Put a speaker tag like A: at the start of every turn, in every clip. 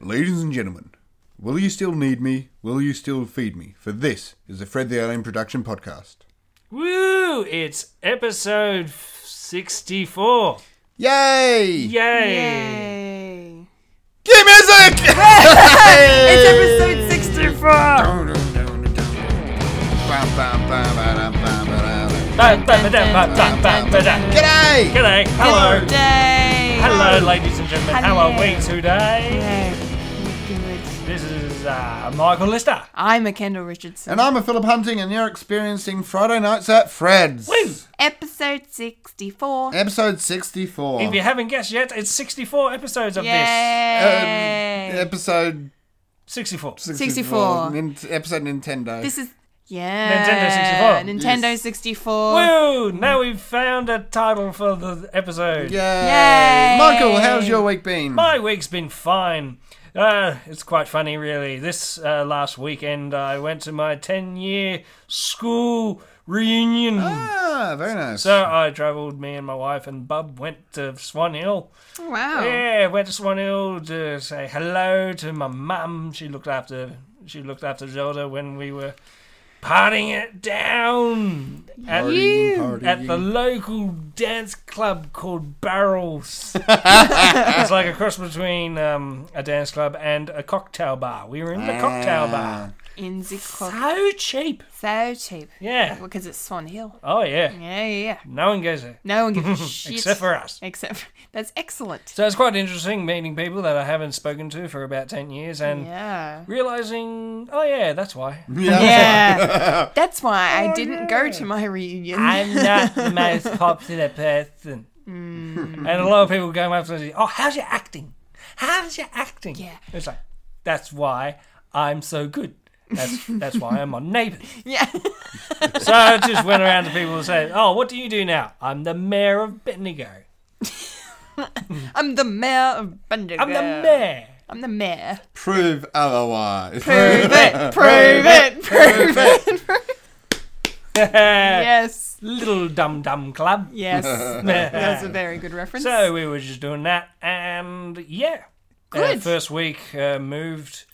A: Ladies and gentlemen, will you still need me? Will you still feed me? For this is the Fred the Alien Production Podcast.
B: Woo! It's episode 64.
A: Yay!
B: Yay!
C: Yay.
A: Cue music!
C: It's episode 64.
B: Ba- ba- ba- da- ba- da- ba- ba- da.
A: G'day!
B: G'day. Hello.
C: Day.
B: Hello, ladies and gentlemen. How are we today?
C: Yeah, we're good.
B: This is uh, Michael Lister.
C: I'm a Kendall Richardson.
A: And I'm a Philip Hunting, and you're experiencing Friday nights at Fred's.
B: Woo!
C: Episode 64.
A: Episode 64.
B: If you haven't guessed yet, it's 64 episodes of
A: Um,
C: Yay.
A: episode
B: this. 64.
C: 64.
A: Nin- episode Nintendo.
C: this is. Yeah.
B: Nintendo 64.
C: Nintendo
A: Yes.
C: 64.
B: Woo! Now we've found a title for the episode.
A: Yay.
C: Yay.
A: Michael, how's your week been?
B: My week's been fine. Uh, it's quite funny, really. This uh, last weekend, I went to my 10 year school reunion.
A: ah, very nice.
B: So I travelled, me and my wife and Bub went to Swan Hill.
C: Wow.
B: Yeah, went to Swan Hill to say hello to my mum. She looked after she looked after Zelda when we were partying it down at,
A: Partying,
B: at the
A: partying.
B: local dance club called Barrels. it's like a cross between um, a dance club and a cocktail bar. We were in the cocktail bar.
C: In Zico.
B: So cheap.
C: So cheap.
B: Yeah.
C: Because it's Swan Hill.
B: Oh yeah.
C: Yeah, yeah, yeah.
B: No one goes there
C: No one gives a shit.
B: except for us.
C: Except for- That's excellent.
B: So it's quite interesting meeting people that I haven't spoken to for about 10 years and
C: Yeah.
B: realizing, oh yeah, that's why.
C: Yeah. That's why I
B: Oh,
C: didn't go to my reunion.
B: I'm not the most popular person. And a lot of people go up to me and say, oh, how's your acting? How's your acting?
C: Yeah.
B: It's like, that's why I'm so good. That's, that's why I'm on Neighbours.
C: Yeah.
B: So I just went around to people and said, oh, what do you do now? I'm the mayor of Bendigo.
C: I'm the mayor of Bendigo.
B: I'm the mayor.
C: I'm the mayor.
A: Prove otherwise.
C: Prove it. Prove it. Prove it. Yes.
B: Little dum dum club.
C: Yes. That's a very good reference.
B: So we were just doing that, and yeah, Uh,
C: Good.
B: first week uh, moved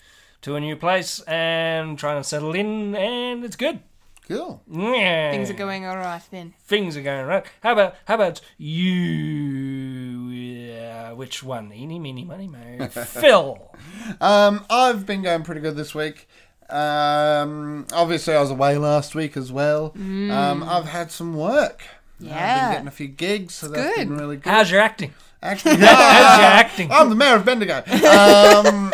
B: to a new place and trying to settle in, and it's good.
A: Cool.
B: Yeah.
C: things are going all right then.
B: Things are going right. How about how about you? Uh, which one? Eeny, meeny, money, mo. Phil.
A: Um, I've been going pretty good this week. Um, obviously, I was away last week as well. Um, I've had some work. I've been
C: Mm. Yeah.
A: getting a few gigs, so that's
C: good.
A: been really good.
B: How's your acting?
A: Actually,
B: How's your acting?
A: I'm the mayor of Bendigo. Um,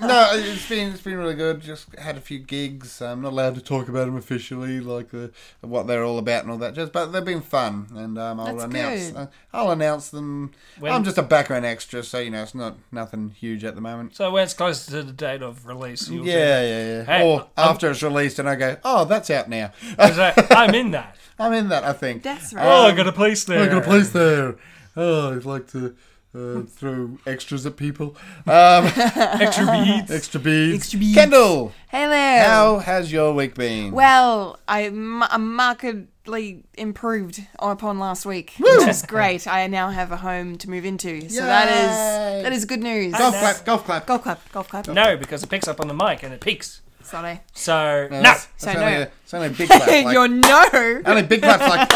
A: no, it's been it's been really good. Just had a few gigs. I'm not allowed to talk about them officially, like the, what they're all about and all that. Just, but they've been fun, and um, I'll
C: That's
A: announce.
C: good.
A: Uh, I'll announce them.
B: When-
A: I'm just a background extra, so you know it's not nothing huge at the moment.
B: So when it's closer to the date of release, you'll
A: Yeah, yeah, yeah.
B: Hey,
A: or
B: I'm-
A: after it's released, and I go, oh, that's out now.
B: do- So I'm in that.
A: I'm in that. I think. Um,
C: That's
B: Oh, I
C: right.
B: got a place there.
A: I got a place there. Oh, I'd like to uh, throw extras at people. Um,
B: Extra beats.
A: Extra beads.
C: Extra beads.
A: Kendall,
C: Hello.
A: how has your week been?
C: Well, I m- I'm markedly improved upon last week, which is great. I now have a home to move into, so that
A: Yay.
C: is that is good news.
A: golf clap, golf clap.
C: Golf clap, golf clap.
B: No, because it picks up on the mic and it peaks.
C: Sorry.
B: So no.
A: that's-
C: So
A: that's
C: no.
A: only, a- it's only a big clap. Like,
C: Your no
A: only big claps like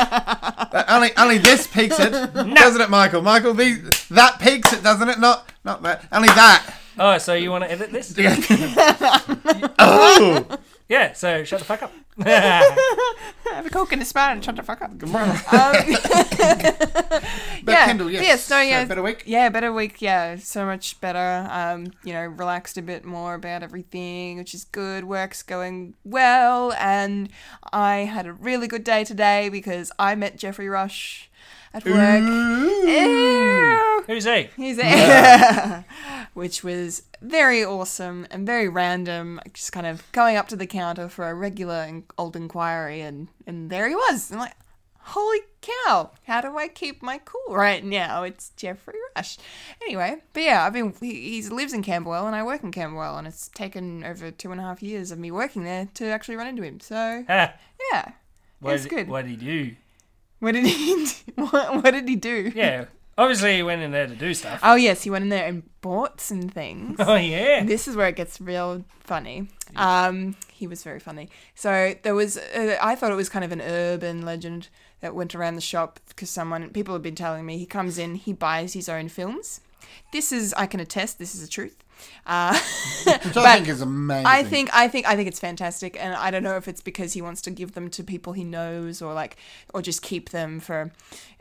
A: uh, only only this peaks it, doesn't it, Michael? Michael, the, that peaks it, doesn't it? Not not that. Only that.
B: Oh, so you want to edit this?
A: Oh,
B: Yeah, so shut the fuck up. yeah,
C: have a coke and a spout and shut the fuck up.
A: but
C: Um,
A: Kendall, yes,
C: no, yeah,
A: so better week.
C: Yeah, better week. Yeah, so much better. Um, you know, relaxed a bit more about everything, which is good. Work's going well, and I had a really good day today because I met Jeffrey Rush at work. Eh. Ew.
B: Who's he?
C: He's a- which was very awesome and very random. Just kind of going up to the counter for a regular in- old inquiry, and and there he was. I'm like, holy cow! How do I keep my cool right now? It's Jeffrey Rush. Anyway, but yeah, I've been. He, he lives in Camberwell, and I work in Camberwell, and it's taken over two and a half years of me working there to actually run into him. So
B: Ah,
C: yeah,
B: what
C: it's
B: did-
C: good. What?
B: What did you?
C: did he? do? What, what did he do?
B: Yeah, Obviously, he went in there to do stuff.
C: Oh yes, he went in there and bought some things.
B: Oh yeah.
C: this is where it gets real funny. Um, he was very funny. So there was, uh, I thought it was kind of an urban legend that went around the shop because someone, people have been telling me, he comes in, he buys his own films. This is, I can attest, this is the truth. Uh,
A: Which
C: But
A: I think is amazing.
C: I think I think I think it's fantastic, and I don't know if it's because he wants to give them to people he knows, or like, or just keep them for.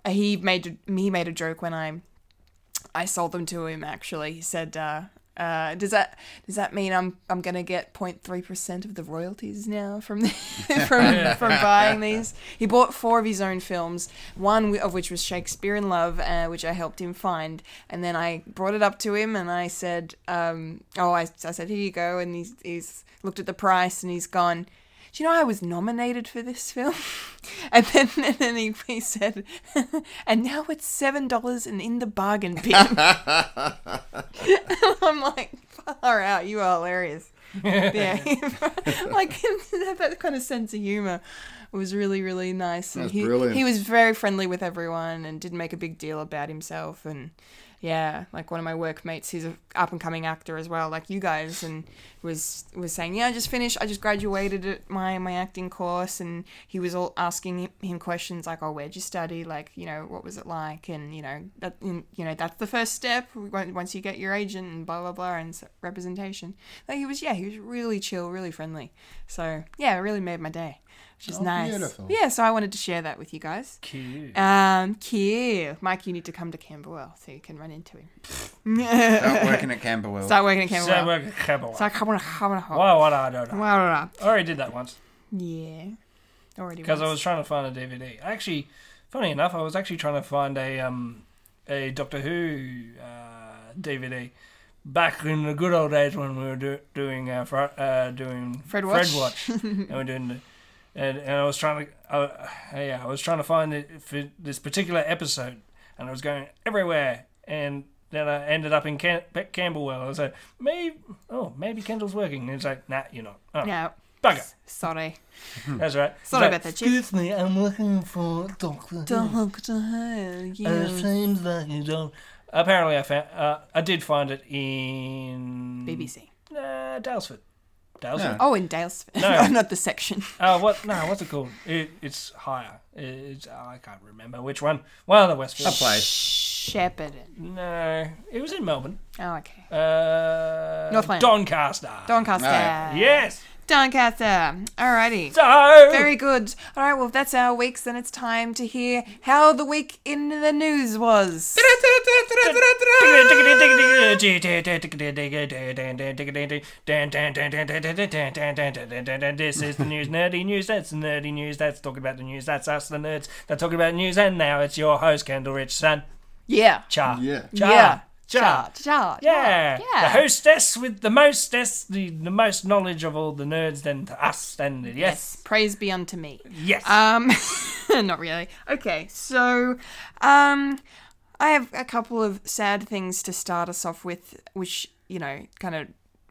C: uh, He made he made a joke when I, I sold them to him. Actually, he said, uh, uh, "Does that does that mean I'm I'm gonna get 03 percent of the royalties now from the, from from buying these?" He bought four of his own films, one wi- of which was Shakespeare in Love, uh, which I helped him find, and then I brought it up to him and I said, um, "Oh, I, I said here you go," and he's he's looked at the price and he's gone. Do you know I was nominated for this film? And then, and then he, he said, and now it's seven dollars and in the bargain bin. I'm like, far out, you are hilarious. yeah, like that, that kind of sense of humor was really, really nice. And
A: That's
C: he,
A: brilliant.
C: he was very friendly with everyone and didn't make a big deal about himself. And yeah, like one of my workmates, he's an up and coming actor as well, like you guys, and was was saying, yeah, I just finished, I just graduated at my my acting course, and he was all asking him- him questions like, oh, where'd you study? Like, you know, what was it like? And you know that you know that's the first step when- once you get your agent and blah blah blah and s- representation. Like he was, yeah, he was really chill, really friendly. So yeah, it really made my day, which is
A: Oh,
C: nice.
A: beautiful.
C: Yeah, so I wanted to share that with you guys.
B: Cute.
C: Um, Kier, Mike, you need to come to Camberwell so you can run into him.
A: Start working at Camberwell.
C: Start working at
B: So
C: Camberwell.
B: we're cowboy.
C: So I come on, come on, come on.
B: Why would I do that?
C: Wow, wow, wow.
B: I already did that once
C: Yeah. Already
B: because I
C: was.
B: was trying to find a DVD. Actually, funny enough, I was actually trying to find a um a Doctor Who uh, DVD back in the good old days when we were do- doing uh, fr- uh doing
C: Fred Watch.
B: Fred Watch and we're doing the. And, and I was trying to, uh, yeah, I was trying to find it for this particular episode, and I was going everywhere, and then I ended up in Cam- Campbellwell. I was like, maybe, oh, maybe Kendall's working. And it's like, nah, you're not. Oh,
C: No,
B: bugger.
C: sorry.
B: That's right. It's
C: Sorry
B: like,
C: about that, Chief.
B: Excuse me, I'm looking for Doctor Who.
C: Doctor Who,
B: And it
C: yeah.
B: seems like you don't. Apparently, I found. Uh, I did find it in
C: BBC.
B: Uh, Dalesford. Dalesford.
C: Oh, in Dalesford.
B: No.
C: No. Not the section.
B: Uh, what? No, what's it called? It, it's higher. It, it's I can't remember which one. One of the
A: a
B: Westfields.
A: place.
C: Shepparton.
B: No, it was in Melbourne.
C: Oh, okay.
B: Uh,
C: Northland.
B: Doncaster.
C: Doncaster.
A: Alright.
B: yes.
C: Doncaster. Alrighty.
B: So.
C: Very good. All right, well, if that's our weeks, then it's time to hear how the week in the news was. Um,
B: This is the news, nerdy news. That's the nerdy news. That's talking about the news. That's us, the nerds. That's talking about the news. And now it's your host, Kendall Richardson.
C: Yeah.
B: Cha.
A: Yeah.
B: Cha.
C: Yeah.
B: Cha.
C: Cha.
B: Yeah.
C: Yeah.
B: The hostess with the mostess, the, the most knowledge of all the nerds, then to us, then yes.
C: Praise be unto me.
B: Yes.
C: Um, not really. Okay, so, um, I have a couple of sad things to start us off with, which you know kind of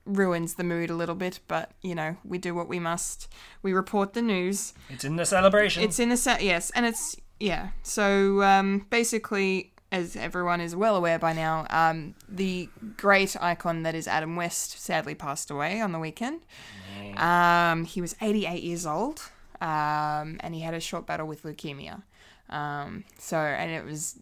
C: ruins the mood a little bit. But you know, we do what we must. We report the news.
B: it's in the celebration.
C: It's in the set, yes, and it's yeah. So um, basically, as everyone is well aware by now, um, the great icon that is Adam West sadly passed away on the weekend. Um, he was 88 years old, um, and he had a short battle with leukemia. Um, so, and it was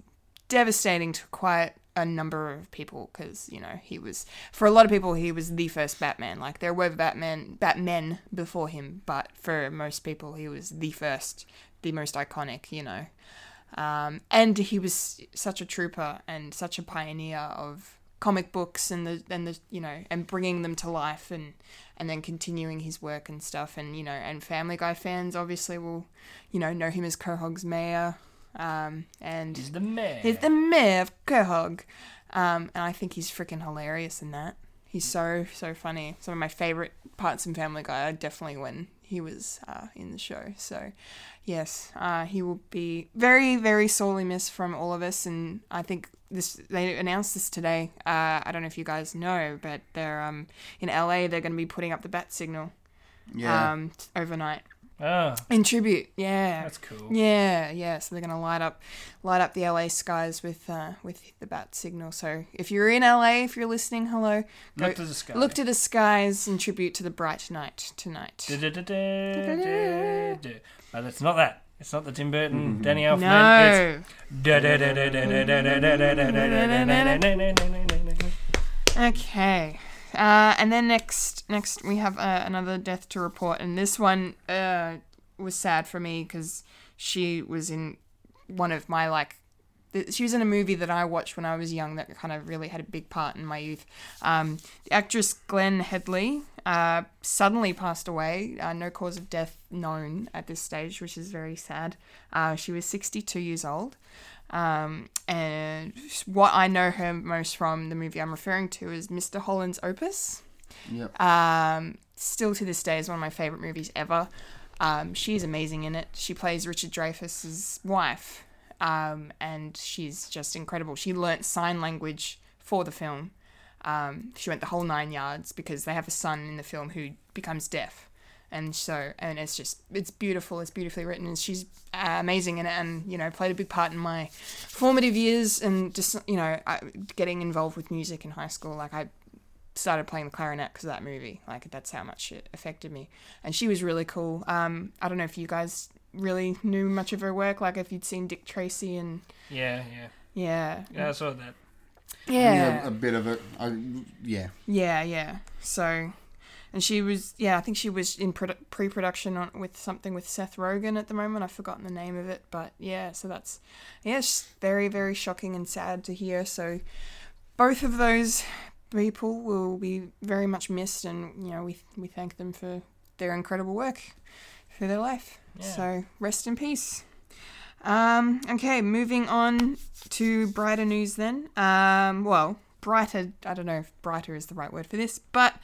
C: devastating to quite a number of people because you know he was for a lot of people he was the first Batman. Like there were Batman Batmen before him, but for most people he was the first, the most iconic. You know, um, and he was such a trooper and such a pioneer of comic books and the and the you know and bringing them to life and and then continuing his work and stuff and you know and Family Guy fans obviously will you know know him as Quahog's mayor um, and
B: He's the mayor.
C: He's the mayor of Quahog. Um, and I think he's freaking hilarious in that. He's so, so funny. Some of my favorite parts in Family Guy are definitely when he was uh, in the show. So, yes, uh, he will be very, very sorely missed from all of us. And I think this they announced this today. Uh, I don't know if you guys know, but they're um, in LA, they're going to be putting up the bat signal
A: Yeah.
C: um, t- overnight.
B: Ah,
C: in tribute. Yeah,
B: that's cool.
C: yeah, yeah. So they're gonna light up, light up the LA skies with uh, with the bat signal. So if you're in LA, if you're listening, hello. go-
B: Look to the sky.
C: Look to the skies in tribute to the bright night tonight.
B: Du-du-du-du-du-du. But it's not that. It's not the Tim Burton, Danny Elfman. It's
C: no.
B: Yep.
C: Okay. Uh, and then next, next we have uh, another death to report, and this one uh, was sad for me because she was in one of my like, th- she was in a movie that I watched when I was young that kind of really had a big part in my youth. Um, the actress Glenn Headley uh, suddenly passed away, uh, no cause of death known at this stage, which is very sad. Uh, she was 62 years old. Um, and what I know her most from the movie I'm referring to is Mr. Holland's Opus.
A: Yep.
C: Um, still to this day is one of my favorite movies ever. Um, she's amazing in it. She plays Richard Dreyfuss's wife, um, and she's just incredible. She learnt sign language for the film. Um, she went the whole nine yards because they have a son in the film who becomes deaf, and so and it's just it's beautiful. It's beautifully written, and she's uh, amazing in it, and you know played a big part in my formative years and just you know I, getting involved with music in high school. Like I started playing the clarinet because of that movie. Like that's how much it affected me. And she was really cool. Um, I don't know if you guys really knew much of her work. Like if you'd seen Dick Tracy and
B: Yeah, yeah.
C: yeah,
B: Yeah, I saw that.
A: Yeah, a bit of it. I, yeah.
C: Yeah, yeah. So, and she was, yeah, I think she was in produ- pre-production on, with something with Seth Rogen at the moment. I've forgotten the name of it, but yeah. So that's, yeah, it's very, very shocking and sad to hear. So, both of those people will be very much missed, and you know, we we thank them for their incredible work for their life.
B: Yeah.
C: So rest in peace. Um, okay, moving on to brighter news then. Um, well, brighter, I don't know if brighter is the right word for this, but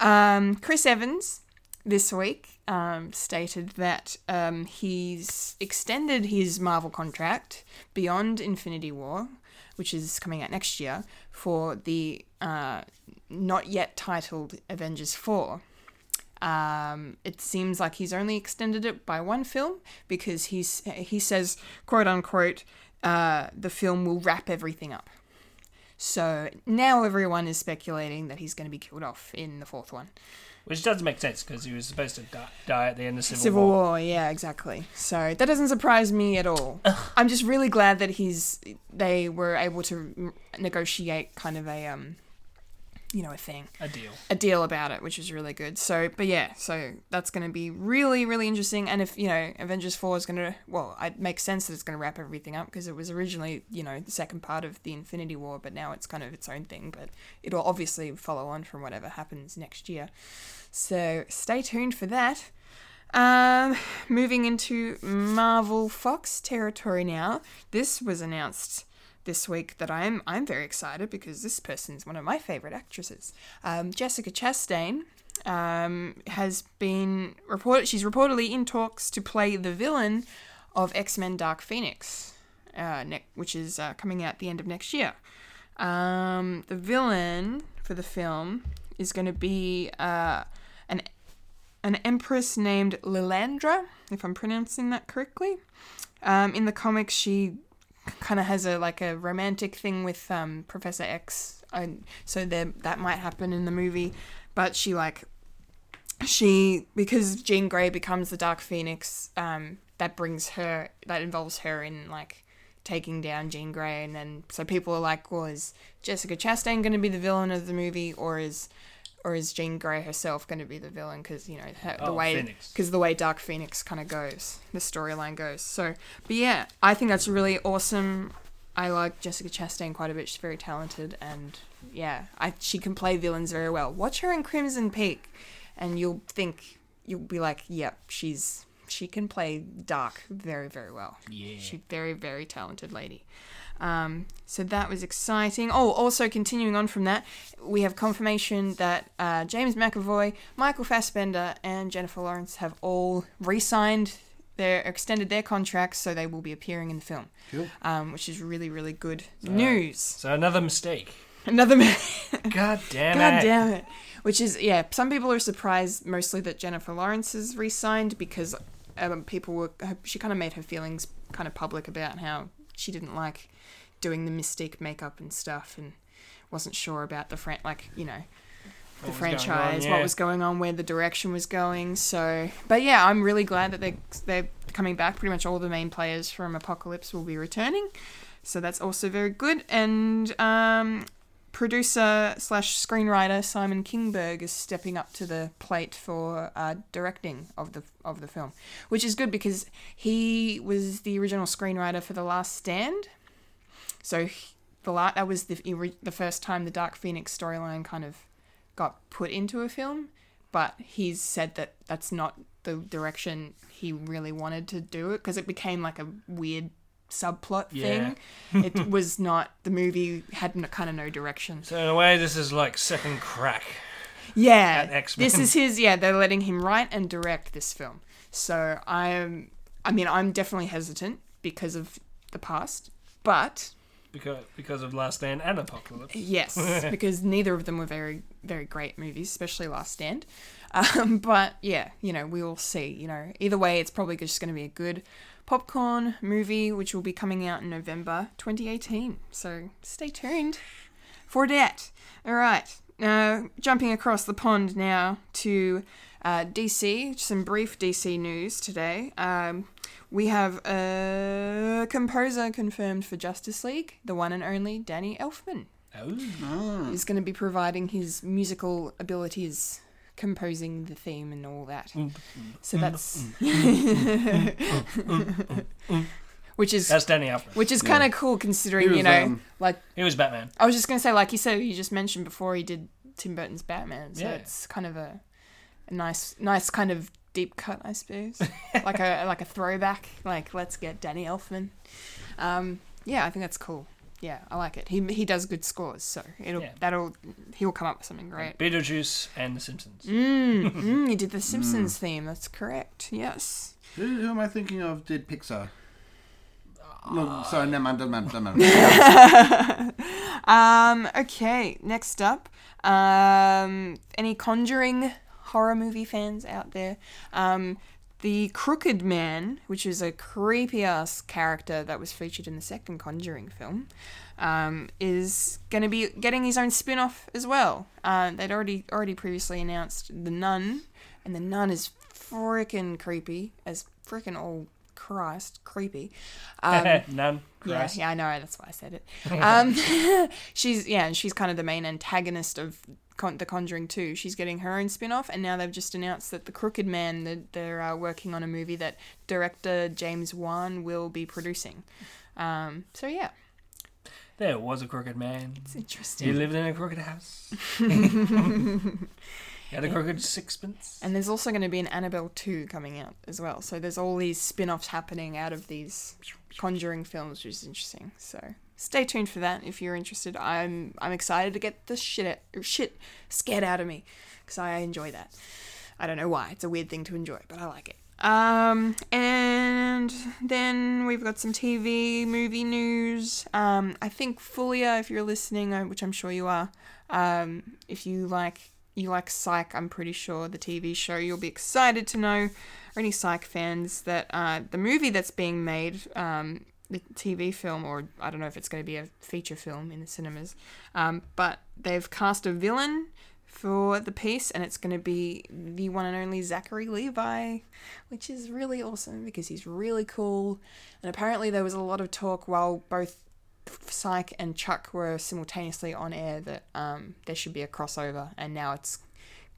C: um, Chris Evans this week um, stated that um, he's extended his Marvel contract beyond Infinity War, which is coming out next year, for the uh, not yet titled Avengers 4. Um, it seems like he's only extended it by one film because he's he says quote unquote uh, the film will wrap everything up. So now everyone is speculating that he's going to be killed off in the fourth one.
B: Which does make sense because he was supposed to die, die at the end of Civil,
C: Civil
B: War.
C: War. yeah, exactly. So that doesn't surprise me at all. I'm just really glad that he's they were able to negotiate kind of a um you know, a thing.
B: A deal.
C: a deal about it, which is really good. So, but yeah, so that's going to be really, really interesting. And if you know, Avengers Four is going to, well, it makes sense that it's going to wrap everything up because it was originally, you know, the second part of the Infinity War, but now it's kind of its own thing. But it'll obviously follow on from whatever happens next year. So stay tuned for that. Um, moving into Marvel Fox territory now. This was announced this week that I'm I'm very excited because this person's one of my favorite actresses. Um, Jessica Chastain um, has been reported. She's reportedly in talks to play the villain of X Men Dark Phoenix, uh, ne- which is uh, coming out the end of next year. Um, the villain for the film is going to be uh, an an empress named Lilandra, if I'm pronouncing that correctly. Um, in the comics, she kind of has a like a romantic thing with um, Professor X, and so there that might happen in the movie. But she like she because Jean Grey becomes the Dark Phoenix. Um, that brings her that involves her in like taking down Jean Grey, and then so people are like, well, is Jessica Chastain going to be the villain of the movie, or is or is Jean Grey herself going to be the villain? Because you know her, the
B: Oh,
C: way
B: Phoenix.
C: because the way Dark Phoenix kind of goes, the storyline goes. So, but yeah, I think that's really awesome. I like Jessica Chastain quite a bit. She's very talented, and yeah, I, she can play villains very well. Watch her in Crimson Peak, and you'll think you'll be like, "Yep, she's she can play dark very very well."
B: Yeah.
C: she's very very talented lady. Um, so that was exciting. Oh, also continuing on from that, we have confirmation that uh, James McAvoy, Michael Fassbender, and Jennifer Lawrence have all re-signed their extended their contracts, so they will be appearing in the film,
A: Cool.
C: um, which is really really good news.
B: So another mistake.
C: Another man.
B: God damn
C: God
B: it.
C: damn it. Which is, yeah, some people are surprised mostly that Jennifer Lawrence is re signed because um, people were. She kind of made her feelings kind of public about how she didn't like doing the Mystique makeup and stuff and wasn't sure about the, fran- like, you know, the
B: was going on,
C: franchise,
B: yeah.
C: what was going on, where the direction was going. So, but yeah, I'm really glad that they they're coming back. Pretty much all the main players from Apocalypse will be returning, so that's also very good. And um, producer slash screenwriter Simon Kingberg is stepping up to the plate for uh, directing of the of the film, which is good because he was the original screenwriter for The Last Stand. So he- the la- that was the ori- the first time the Dark Phoenix storyline kind of got put into a film, but he's said that that's not the direction he really wanted to do it because it became like a weird subplot
B: Yeah.
C: thing. it was not the movie had no, kind of no direction.
B: So in a way, this is like second crack. At
C: Yeah,
B: X-Men.
C: this is his. Yeah, they're letting him write and direct this film. So I'm, I mean, I'm definitely hesitant because of the past, but
B: because because of Last Stand and Apocalypse.
C: Yes, because neither of them were very, very great movies, especially Last Stand. Um, but yeah, you know, we will see. You know, either way, it's probably just going to be a good popcorn movie, which will be coming out in November 2018. So stay tuned for that. All right, now jumping across the pond now to uh, DC. Some brief DC news today. Um, we have a composer confirmed for Justice League, the one and only Danny Elfman
B: Oh,
A: Hmm.
C: is going to be providing his musical abilities, composing the theme and all that.
A: Hmm.
C: So that's
A: Hmm.
C: which is
B: that's Danny Elfman.
C: which is kind of cool considering
A: He was,
C: you know
A: um,
C: like
B: He was Batman.
C: I was just going to say like you said you just mentioned before he did Tim Burton's Batman, so
B: Yeah.
C: it's kind of a, a nice nice kind of deep cut I suppose, like a like a throwback. Like let's get Danny Elfman. Um, yeah, I think that's cool. Yeah, I like it. He he does good scores, so it'll
B: Yeah.
C: that'll he'll come up with something great.
B: Beetlejuice and The Simpsons.
C: Mm, mm, you did the Simpsons theme. That's correct. Yes.
A: Who, who am I thinking of? Did Pixar? No, sorry, no man, doesn't matter, doesn't matter.
C: Um. Okay. Next up, um, any Conjuring horror movie fans out there? Um, the Crooked Man, which is a creepy ass character that was featured in the second Conjuring film, um, is going to be getting his own spin off as well. Uh, they'd already already previously announced the Nun, and the Nun is freaking creepy as freaking all Christ creepy. Um,
B: None.
C: Yeah,
B: Christ.
C: yeah, I know. That's why I said it. Um, she's yeah, and she's kind of the main antagonist of Con- the Conjuring Two. She's getting her own spin-off, and now they've just announced that the Crooked Man that they're uh, working on a movie that director James Wan will be producing. Um, so yeah,
B: There was a crooked man.
C: it's
B: He
C: interesting.
B: lived in a crooked house. he had a crooked sixpence.
C: And there's also going to be an Annabelle 2 coming out as well. So there's all these spin offs happening out of these Conjuring films, which is interesting. So stay tuned for that if you're interested. I'm I'm excited to get the shit, out, shit scared out of me because I enjoy that. I don't know why. It's a weird thing to enjoy, but I like it. Um, and then we've got some TV movie news. Um, I think Fulia, if you're listening, uh, which I'm sure you are, um, if you like you like Psych, I'm pretty sure the TV show you'll be excited to know, or any Psych fans, that uh, the movie that's being made, um, the TV film, or I don't know if it's going to be a feature film in the cinemas, um, but they've cast a villain for the piece, and it's going to be the one and only Zachary Levi, which is really awesome because he's really cool. And apparently, there was a lot of talk while both Psych and Chuck were simultaneously on air that um, there should be a crossover, and now it's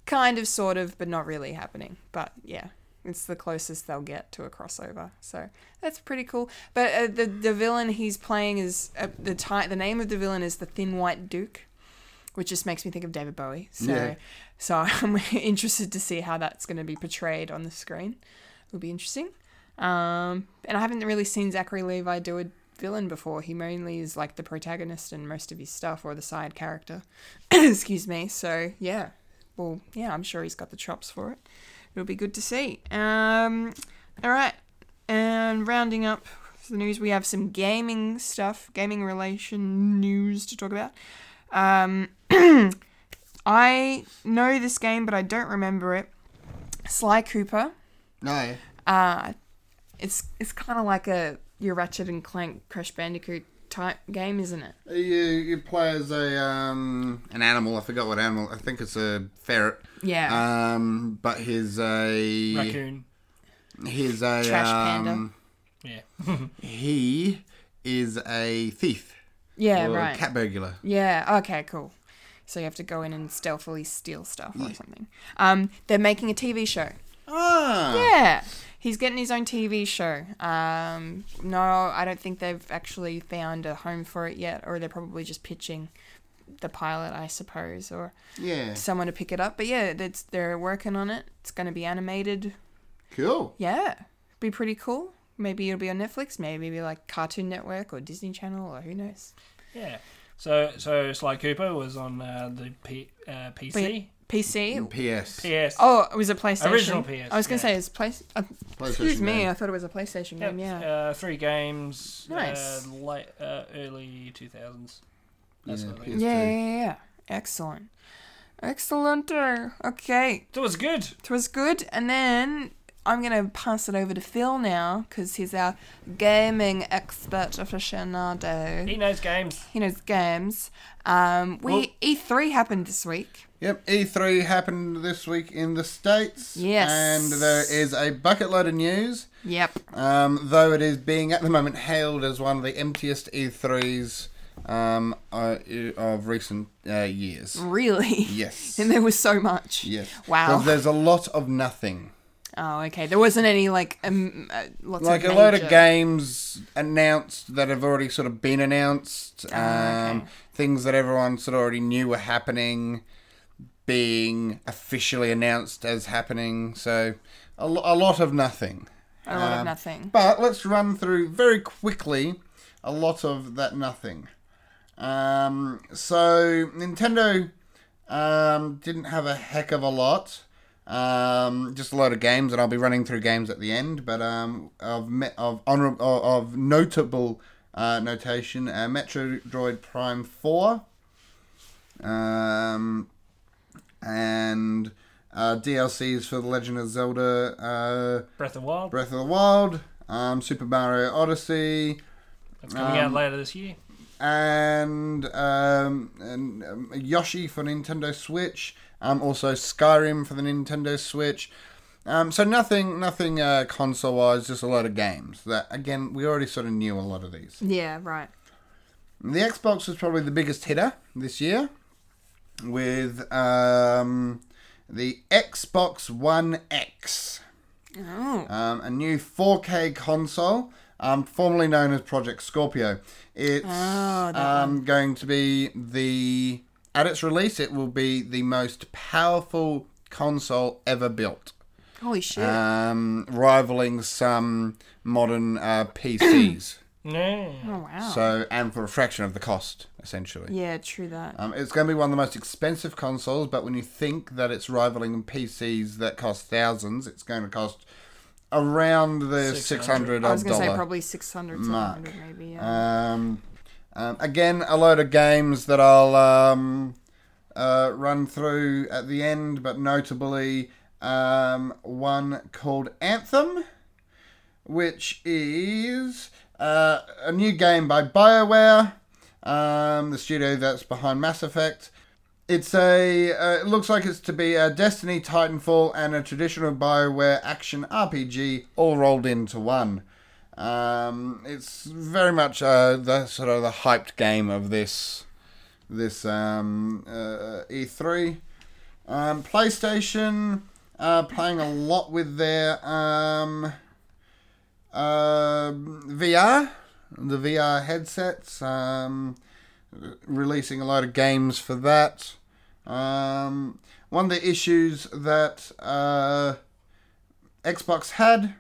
C: kind of, sort of, but not really happening. But yeah, it's the closest they'll get to a crossover, so that's pretty cool. But uh, the the villain he's playing is uh, the ti- the name of the villain is the Thin White Duke, which just makes me think of David Bowie. So
A: Yeah.
C: so I'm interested to see how that's going to be portrayed on the screen. It'll be interesting. Um, and I haven't really seen Zachary Levi do a villain before. He mainly is like the protagonist in most of his stuff or the side character. Excuse me. So yeah, well yeah, I'm sure he's got the chops for it. It'll be good to see. Um, all right, and rounding up the news, we have some gaming stuff, gaming relation news to talk about. Um, I know this game, but I don't remember it. Sly Cooper.
A: No. yeah.
C: Uh, it's it's kind of like a your Ratchet and Clank Crash Bandicoot type game, isn't it?
A: You you play as a um an animal. I forgot what animal. I think it's a ferret.
C: Yeah.
A: Um, but he's a
B: Raccoon.
A: he's a
C: Trash panda.
A: um,
B: Yeah.
A: He is a thief.
C: yeah.
A: or
C: Right.
A: Cat burglar.
C: Yeah. Okay. Cool. So you have to go in and stealthily steal stuff or something. Um, they're making a TV show.
A: Ah.
C: Yeah. He's getting his own TV show. Um, no, I don't think they've actually found a home for it yet, or they're probably just pitching the pilot, I suppose, or
A: Yeah.
C: someone to pick it up. But yeah, that's, they're working on it. It's going to be animated.
A: Cool.
C: Yeah. Be pretty cool. Maybe it'll be on Netflix. Maybe it'll be like Cartoon Network or Disney Channel or who knows.
B: Yeah. So, so Sly Cooper was on uh, the P, uh, PC,
C: PC.
A: P.S.
B: PS.
C: Oh, it was a PlayStation.
B: Hmm. Original PS,
C: I was
B: yeah.
C: going to say it's play. Uh,
A: PlayStation
C: excuse me,
A: game.
C: I thought it was a PlayStation
B: Yep,
C: game. Yeah.
B: Uh, three games.
C: Nice.
B: Uh, late, uh, early two thousands. That's
A: Yeah,
B: what I
A: PS.
B: mean.
A: It's
C: Yeah,
A: true.
C: yeah, yeah. Excellent. Excellent. Okay.
B: That was good.
C: Twas good. And then I'm going to pass it over to Phil now because he's our gaming expert aficionado.
B: He knows games.
C: He knows games. Um, we
B: Well-
C: E3 happened this week.
A: Yep, E3 happened this week in the States.
C: Yes.
A: And there is a bucket load of news,
C: Yep.
A: um, though it is being at the moment hailed as one of the emptiest E3s um, uh, of recent uh, years.
C: Really.
A: Yes.
C: And there was so much.
A: Yes.
C: Mm. Wow.
A: 'Cause there's a lot of nothing.
C: Oh, okay. There wasn't any like um, uh, lots
A: Like
C: of
A: a load of
C: major-
A: games announced that have already sort of been announced, um,
C: Ah, okay.
A: things that everyone sort of already knew were happening, being officially announced as happening. So a, lo- a lot of nothing.
C: A lot of
A: Um,
C: nothing.
A: But let's run through very quickly a lot of that nothing. Um, so Nintendo um, didn't have a heck of a lot. Um, just a load of games, and I'll be running through games at the end. But um, of me- of honorable of notable uh, notation, uh, Metroid Prime Four, um, and uh, DLCs for The Legend of Zelda. Uh,
B: Breath of the Wild.
A: Breath of the Wild, um, Super Mario Odyssey,
B: That's coming out later this year.
A: and, um, and um, Yoshi for Nintendo Switch. Um, also Skyrim for the Nintendo Switch. Um, so nothing, nothing uh, console-wise, just a lot of games. That again, we already sort of knew a lot of these.
C: Yeah. Right.
A: The Xbox was probably the biggest hitter this year, with um, the Xbox One X.
C: Oh.
A: um, a new 4K console, um, formerly known as Project Scorpio. It's
C: Oh, that
A: um, going to be the at its release, it will be the most powerful console ever built,
C: Holy shit.
A: um, rivaling some modern uh, PCs.
B: No.
C: oh wow.
A: so, and for a fraction of the cost, essentially.
C: Yeah, true that.
A: Um, it's going to be one of the most expensive consoles, but when you think that it's rivaling PCs that cost thousands, it's going to cost around the
B: 600.
A: $600
C: I was gonna say
A: dollar.
C: probably 600,
A: Mark.
C: 700 maybe. Yeah.
A: Um, um, again, a load of games that I'll um, uh, run through at the end, but notably um, one called Anthem, which is uh, a new game by BioWare, um, the studio that's behind Mass Effect. It's a. Uh, it looks like it's to be a Destiny, Titanfall, and a traditional Bioware action RPG all rolled into one. Um, it's very much uh, the sort of the hyped game of this this um, uh, E3. Um, PlayStation uh, playing a lot with their um, uh, VR, the VR headsets, um, releasing a lot of games for that. Um, one of the issues that uh, Xbox had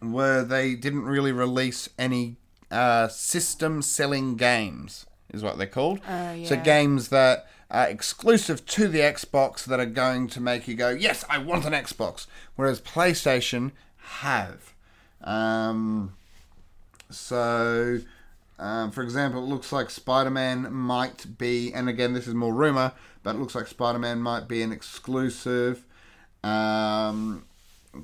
A: were they didn't really release any uh, system selling games, is what they're called.
C: Oh,
A: So
C: yeah.
A: games that are exclusive to the Xbox that are going to make you go, yes, I want an Xbox. Whereas PlayStation have. Um, so, um, for example, it looks like Spider Man might be, and again, this is more rumor, but it looks like Spider Man might be an exclusive. Um,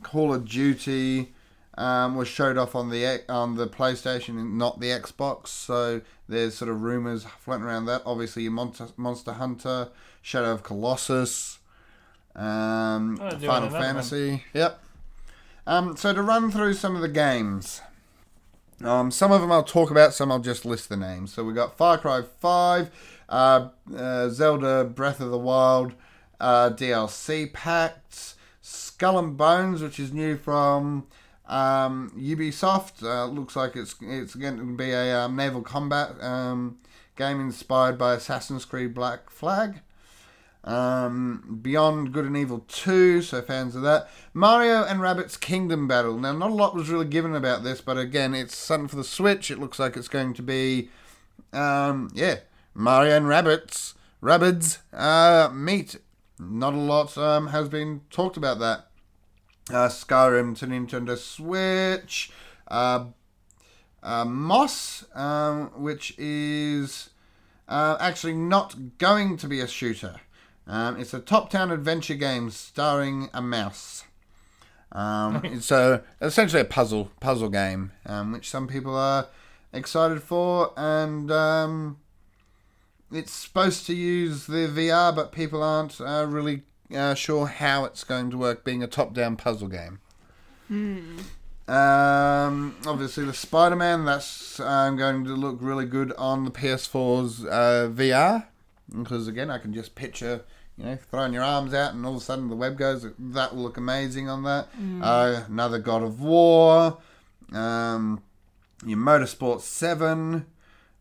A: Call of Duty um, was showed off on the on the PlayStation, and not the Xbox. So there's sort of rumors floating around that. Obviously, your Monster, Monster Hunter, Shadow of Colossus, um,
B: Oh, they're doing
A: Final
B: another one.
A: Fantasy. Yep. Um, so to run through some of the games. Um, some of them I'll talk about, some I'll just list the names. So we got Far Cry 5, uh, uh, Zelda Breath of the Wild, uh, DLC packs, Skull and Bones, which is new from um, Ubisoft. Uh, looks like it's it's going to be a um, naval combat um, game inspired by Assassin's Creed Black Flag. Um, Beyond Good and Evil 2, so fans of that. Mario and Rabbit's Kingdom Battle. Now, not a lot was really given about this, but again, it's something for the Switch. It looks like it's going to be, um, yeah, Mario and Rabbits, Rabbids, uh, meet. Not a lot um, has been talked about that. Uh, Skyrim to Nintendo Switch. Uh, uh, Moss, um, which is uh, actually not going to be a shooter. Um, it's a top-down adventure game starring a mouse. Um, it's a, essentially a puzzle puzzle game, um, which some people are excited for, and um, it's supposed to use the VR, but people aren't uh, really uh, sure how it's going to work, being a top-down puzzle game. Um, obviously, the Spider Man that's um, going to look really good on the PS4's uh, VR because again, I can just picture you know throwing your arms out and all of a sudden the web goes. That will look amazing on that. Uh, another God of War, um, your Motorsport Seven,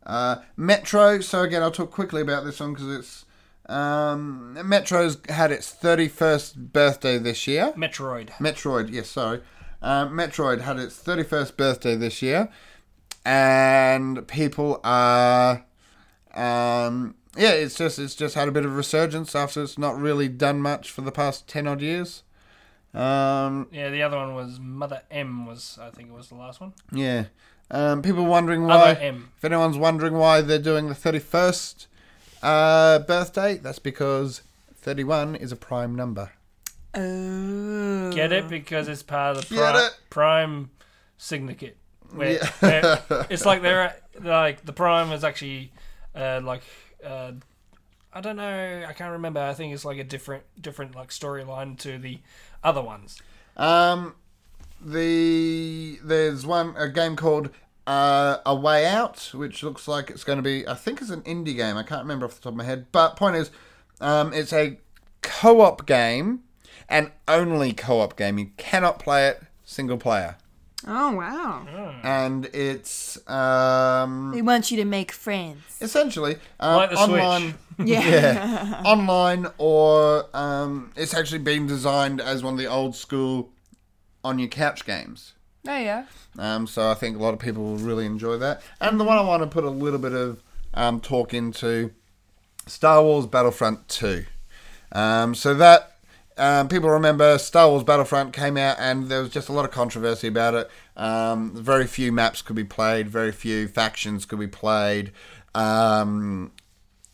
A: uh, Metro. So again, I'll talk quickly about this one because it's um, Metro's had its thirty-first birthday this year.
B: Metroid.
A: Metroid, yes, sorry. Uh, Metroid had its 31st birthday this year, and people are. Um, yeah, it's just it's just had a bit of a resurgence after it's not really done much for the past ten odd years. Um,
B: Yeah, the other one was Mother M. Was I think it was the last one.
A: yeah, um, people wondering why.
B: Other M.
A: If anyone's wondering why they're doing the 31st uh, birthday, that's because 31 is a prime number.
C: Oh.
B: Get it because it's part of the
A: Mm. Get
B: pri-
A: it.
B: prime syndicate. Where,
A: Yeah.
B: where it's like they're like the prime is actually uh, like uh, I don't know. I can't remember. I think it's like a different different like storyline to the other ones.
A: Um, the there's one a game called uh, A Way Out, which looks like it's going to be. I think it's an indie game. I can't remember off the top of my head. But point is, um, it's a co-op game, and only co-op game. You cannot play it single player,
C: Oh wow.
B: Hmm.
A: and it's um,
C: They want you to make friends.
A: essentially um,
B: Like the Switch.
A: online.
C: Yeah.
A: Yeah, online or um, it's actually been designed as one of the old school on your couch games.
C: Oh yeah.
A: Um, so I think a lot of people will really enjoy that. And the one I want to put a little bit of um, talk into Star Wars Battlefront 2. Um, so that um, people remember Star Wars Battlefront came out and there was just a lot of controversy about it. Um, very few maps could be played, very few factions could be played. Um,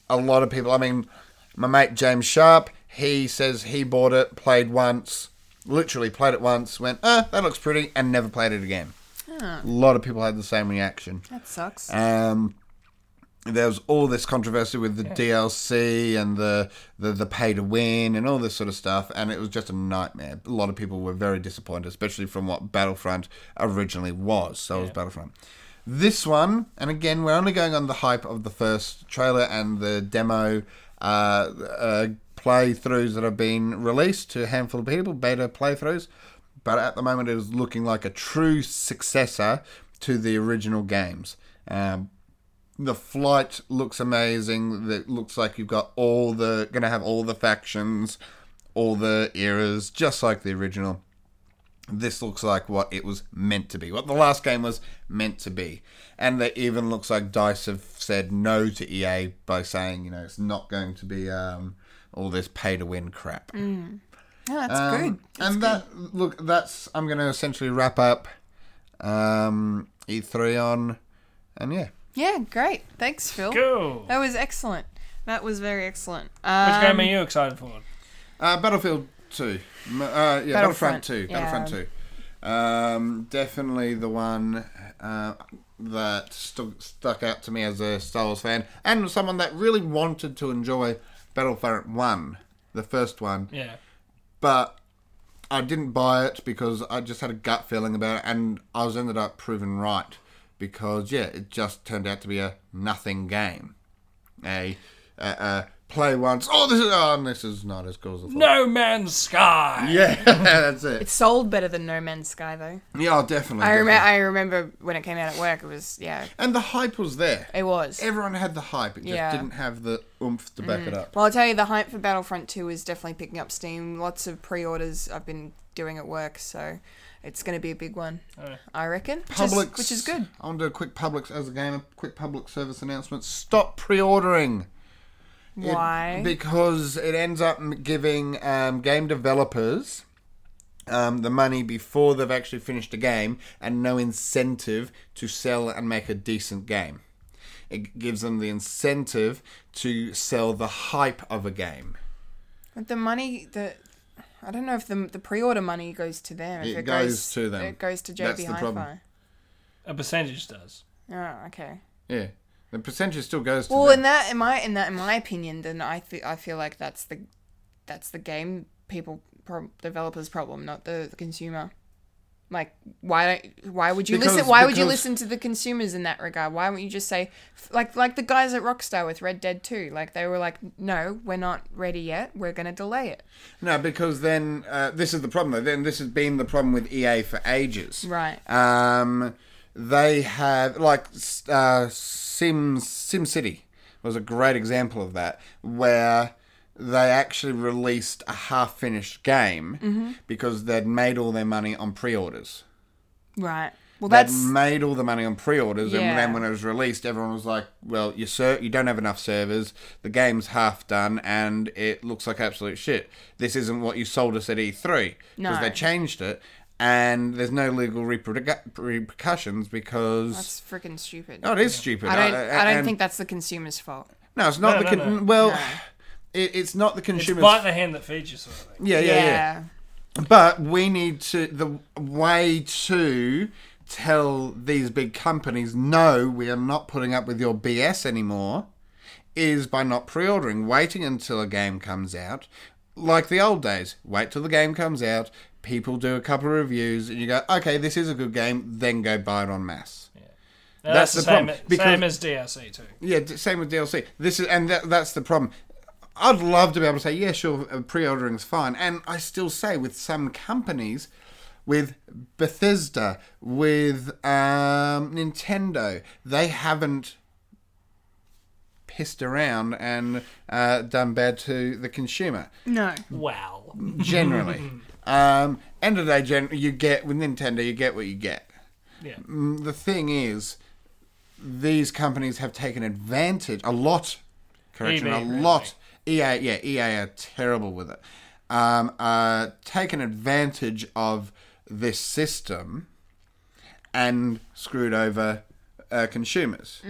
A: a lot of people. I mean, my mate James Sharp, he says he bought it, played once, literally played it once, went, ah, that looks pretty, and never played it again. A lot of people had the same reaction.
C: That sucks.
A: Um, there was all this controversy with the DLC and the, the the pay to win and all this sort of stuff, and it was just a nightmare. A lot of people were very disappointed, especially from what Battlefront originally was. So it was Battlefront. This one, and again, we're only going on the hype of the first trailer and the demo uh, uh, playthroughs that have been released to a handful of people, beta playthroughs. But at the moment, it is looking like a true successor to the original games. Um, the flight looks amazing. That looks like you've got all the going to have all the factions, all the eras, just like the original. This looks like what it was meant to be. What the last game was meant to be, and that even looks like Dice have said no to EA by saying you know it's not going to be um, all this pay to win crap.
C: yeah, that's
A: Um,
C: Mm, good. That's
A: and that look, that's I'm going to essentially wrap up um, E3 on, and yeah.
C: Yeah, great. Thanks, Phil.
B: Go.
C: That was excellent. That was very excellent.
B: Which
C: Um,
B: game are you excited for?
A: Uh, Battlefield 2. M- Uh, yeah,
C: Battlefront,
A: Battlefront 2.
C: yeah.
A: Battlefront 2. Um, definitely the one uh, that stu- stuck out to me as a Star Wars fan and someone that really wanted to enjoy Battlefront 1, the first one,
B: Yeah.
A: but I didn't buy it because I just had a gut feeling about it and I was ended up proven right because, yeah, it just turned out to be a nothing game. A. a, a Play once. Oh, this is oh, this is not as cool as I thought.
B: No Man's Sky.
A: Yeah, that's it.
C: It sold better than No Man's Sky though.
A: Yeah, oh, definitely.
C: I remember.
A: definitely.
C: I remember when it came out at work. It was yeah.
A: And the hype was there.
C: It was.
A: Everyone had the hype. It just
C: Yeah. Mm.
A: didn't have the oomph to back it up.
C: Well, I'll tell you, the hype for Battlefront 2 is definitely picking up steam. Lots of pre-orders I've been doing at work, so it's going to be a big one, I reckon. Which is,
A: Publix,
C: which is good.
A: I want to do a quick Publix as a game, a quick public service announcement. Stop pre-ordering. It-
C: Why?
A: because it ends up m- giving um, game developers um, the money before they've actually finished a game and no incentive to sell and make a decent game. It g- gives them the incentive to sell the hype of a game.
C: But the money, the I don't know if the the pre-order money goes to them. If
A: It goes to them.
C: It goes to JB
A: That's the
C: Hi-Fi.
A: problem.
B: A percentage does.
C: Oh, okay.
A: Yeah. The percentage still goes to
C: Well,
A: them.
C: in that in my in that in my opinion, then I fe I feel like that's the that's the game people pro- developers problem, not the, the consumer. Like why don't why would you
A: Because-
C: listen? Why would you
A: because-
C: listen to the consumers in that regard? Why wouldn't you just say f- like like the guys at Rockstar with Red Dead Two? Like they were like, no, we're not ready yet. We're gonna delay it.
A: No, because then uh, this is the problem. Though then this has been the problem with EA for ages.
C: Right.
A: Um, they have like s- uh, Sims SimCity was a great example of that, where they actually released a half-finished game
C: Mm-hmm.
A: because they'd made all their money on pre-orders.
C: Right. Well,
A: They'd
C: that's
A: made all the money on pre-orders,
C: Yeah.
A: and then when it was released, everyone was like, "Well, you ser- you don't have enough servers. The game's half done, and it looks like absolute shit. This isn't what you sold us at E3 because
C: No.
A: they changed it, and there's no legal reprodu- repercussions because
C: that's freaking stupid.
A: oh, it is stupid.
C: I don't I don't
A: and-
C: think that's the consumer's fault.
A: no, it's not
B: No,
A: the
B: no,
A: con-
B: no.
A: well,
C: No.
A: it, it's not the
B: It's
A: consumers.
B: bite the hand that feeds you, sort of thing.
A: yeah, yeah, yeah. But we need to the way to tell these big companies no, we are not putting up with your BS anymore is by not pre-ordering, waiting until a game comes out. Like the old days, wait till the game comes out, people do a couple of reviews and you go, "Okay, this is a good game," then go buy it en masse.
B: Now,
A: That's
B: that's,
A: the
B: the, same,
A: problem,
B: same as DLC too.
A: Yeah, d- same with DLC. This is and that, that's the problem. I'd love to be able to say, yeah, sure, uh, pre-ordering's fine, and I still say with some companies, with Bethesda, with um, Nintendo, they haven't pissed around and uh, done bad to the consumer
C: No.
B: Wow.
A: Mm. generally. um, end of the day, gen- you get with Nintendo, you get what you get.
B: Yeah.
A: Mm, the thing is, these companies have taken advantage a lot. Correction,
B: EA,
A: a
B: really.
A: lot. EA, yeah, EA are terrible with it. Um, uh, taken advantage of this system and screwed over uh, consumers.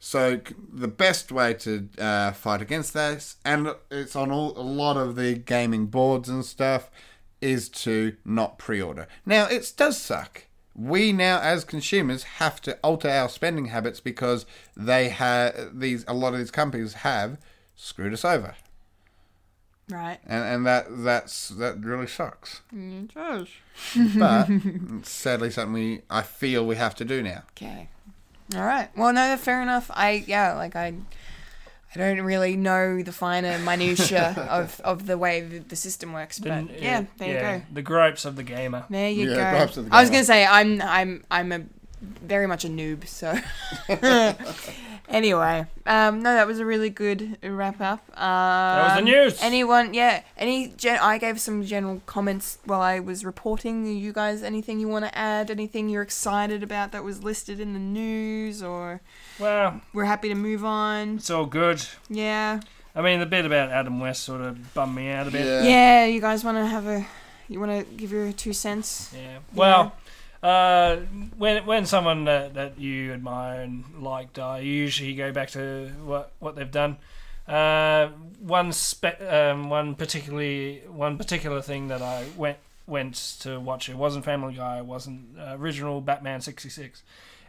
A: So c- the best way to uh, fight against this, and it's on all, a lot of the gaming boards and stuff, is to not pre-order. Now it does suck. We now, as consumers, have to alter our spending habits because they have these. A lot of these companies have screwed us over,
C: Right.
A: and and that that's that really sucks.
C: Okay.
A: But it's sadly, something we I feel we have to do now.
C: All right. Well, no, fair enough. I yeah, like I, I don't really know the finer minutia of of the way the, the system works, but
B: Then, uh,
C: yeah, there you go.
B: The gripes of the gamer.
C: There you
A: Yeah,
C: go.
A: gripes of the
C: I was
A: gamer.
C: gonna say I'm I'm I'm a very much a noob, so. anyway, um, no, that was a really good wrap up. Um, that
B: was the news.
C: Anyone, yeah, any. Gen- I gave some general comments while I was reporting. You guys, anything you want to add? Anything you're excited about that was listed in the news, or
B: Well,
C: we're happy to move on?
B: it's all good.
C: Yeah,
B: I mean, the bit about Adam West sort of bummed me out a bit.
A: Yeah.
C: yeah. You guys want to have a? You want to give your two cents?
B: Yeah. Well, uh, when when someone that, that you admire and like die, you usually go back to what what they've done. Uh, one spe- um, one particularly one particular thing that I went went to watch. It wasn't Family Guy. It wasn't uh, original Batman sixty six.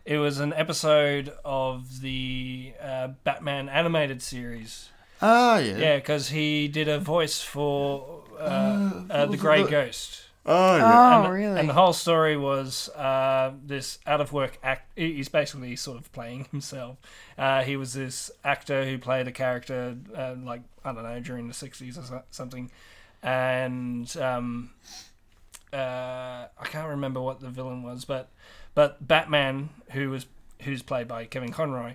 B: It was an episode of the uh, Batman animated series.
A: Ah, yeah.
B: Yeah, because he did a voice for uh, uh, the Grey
A: the-
B: Ghost.
A: Oh, yeah.
C: Oh,
B: and,
C: really?
B: And the whole story was uh, this out of work act. he- He's basically sort of playing himself. Uh, he was this actor who played a character, uh, like, I don't know, during the 60s or so- something. And um, uh, I can't remember what the villain was, but but Batman, who was who's played by Kevin Conroy,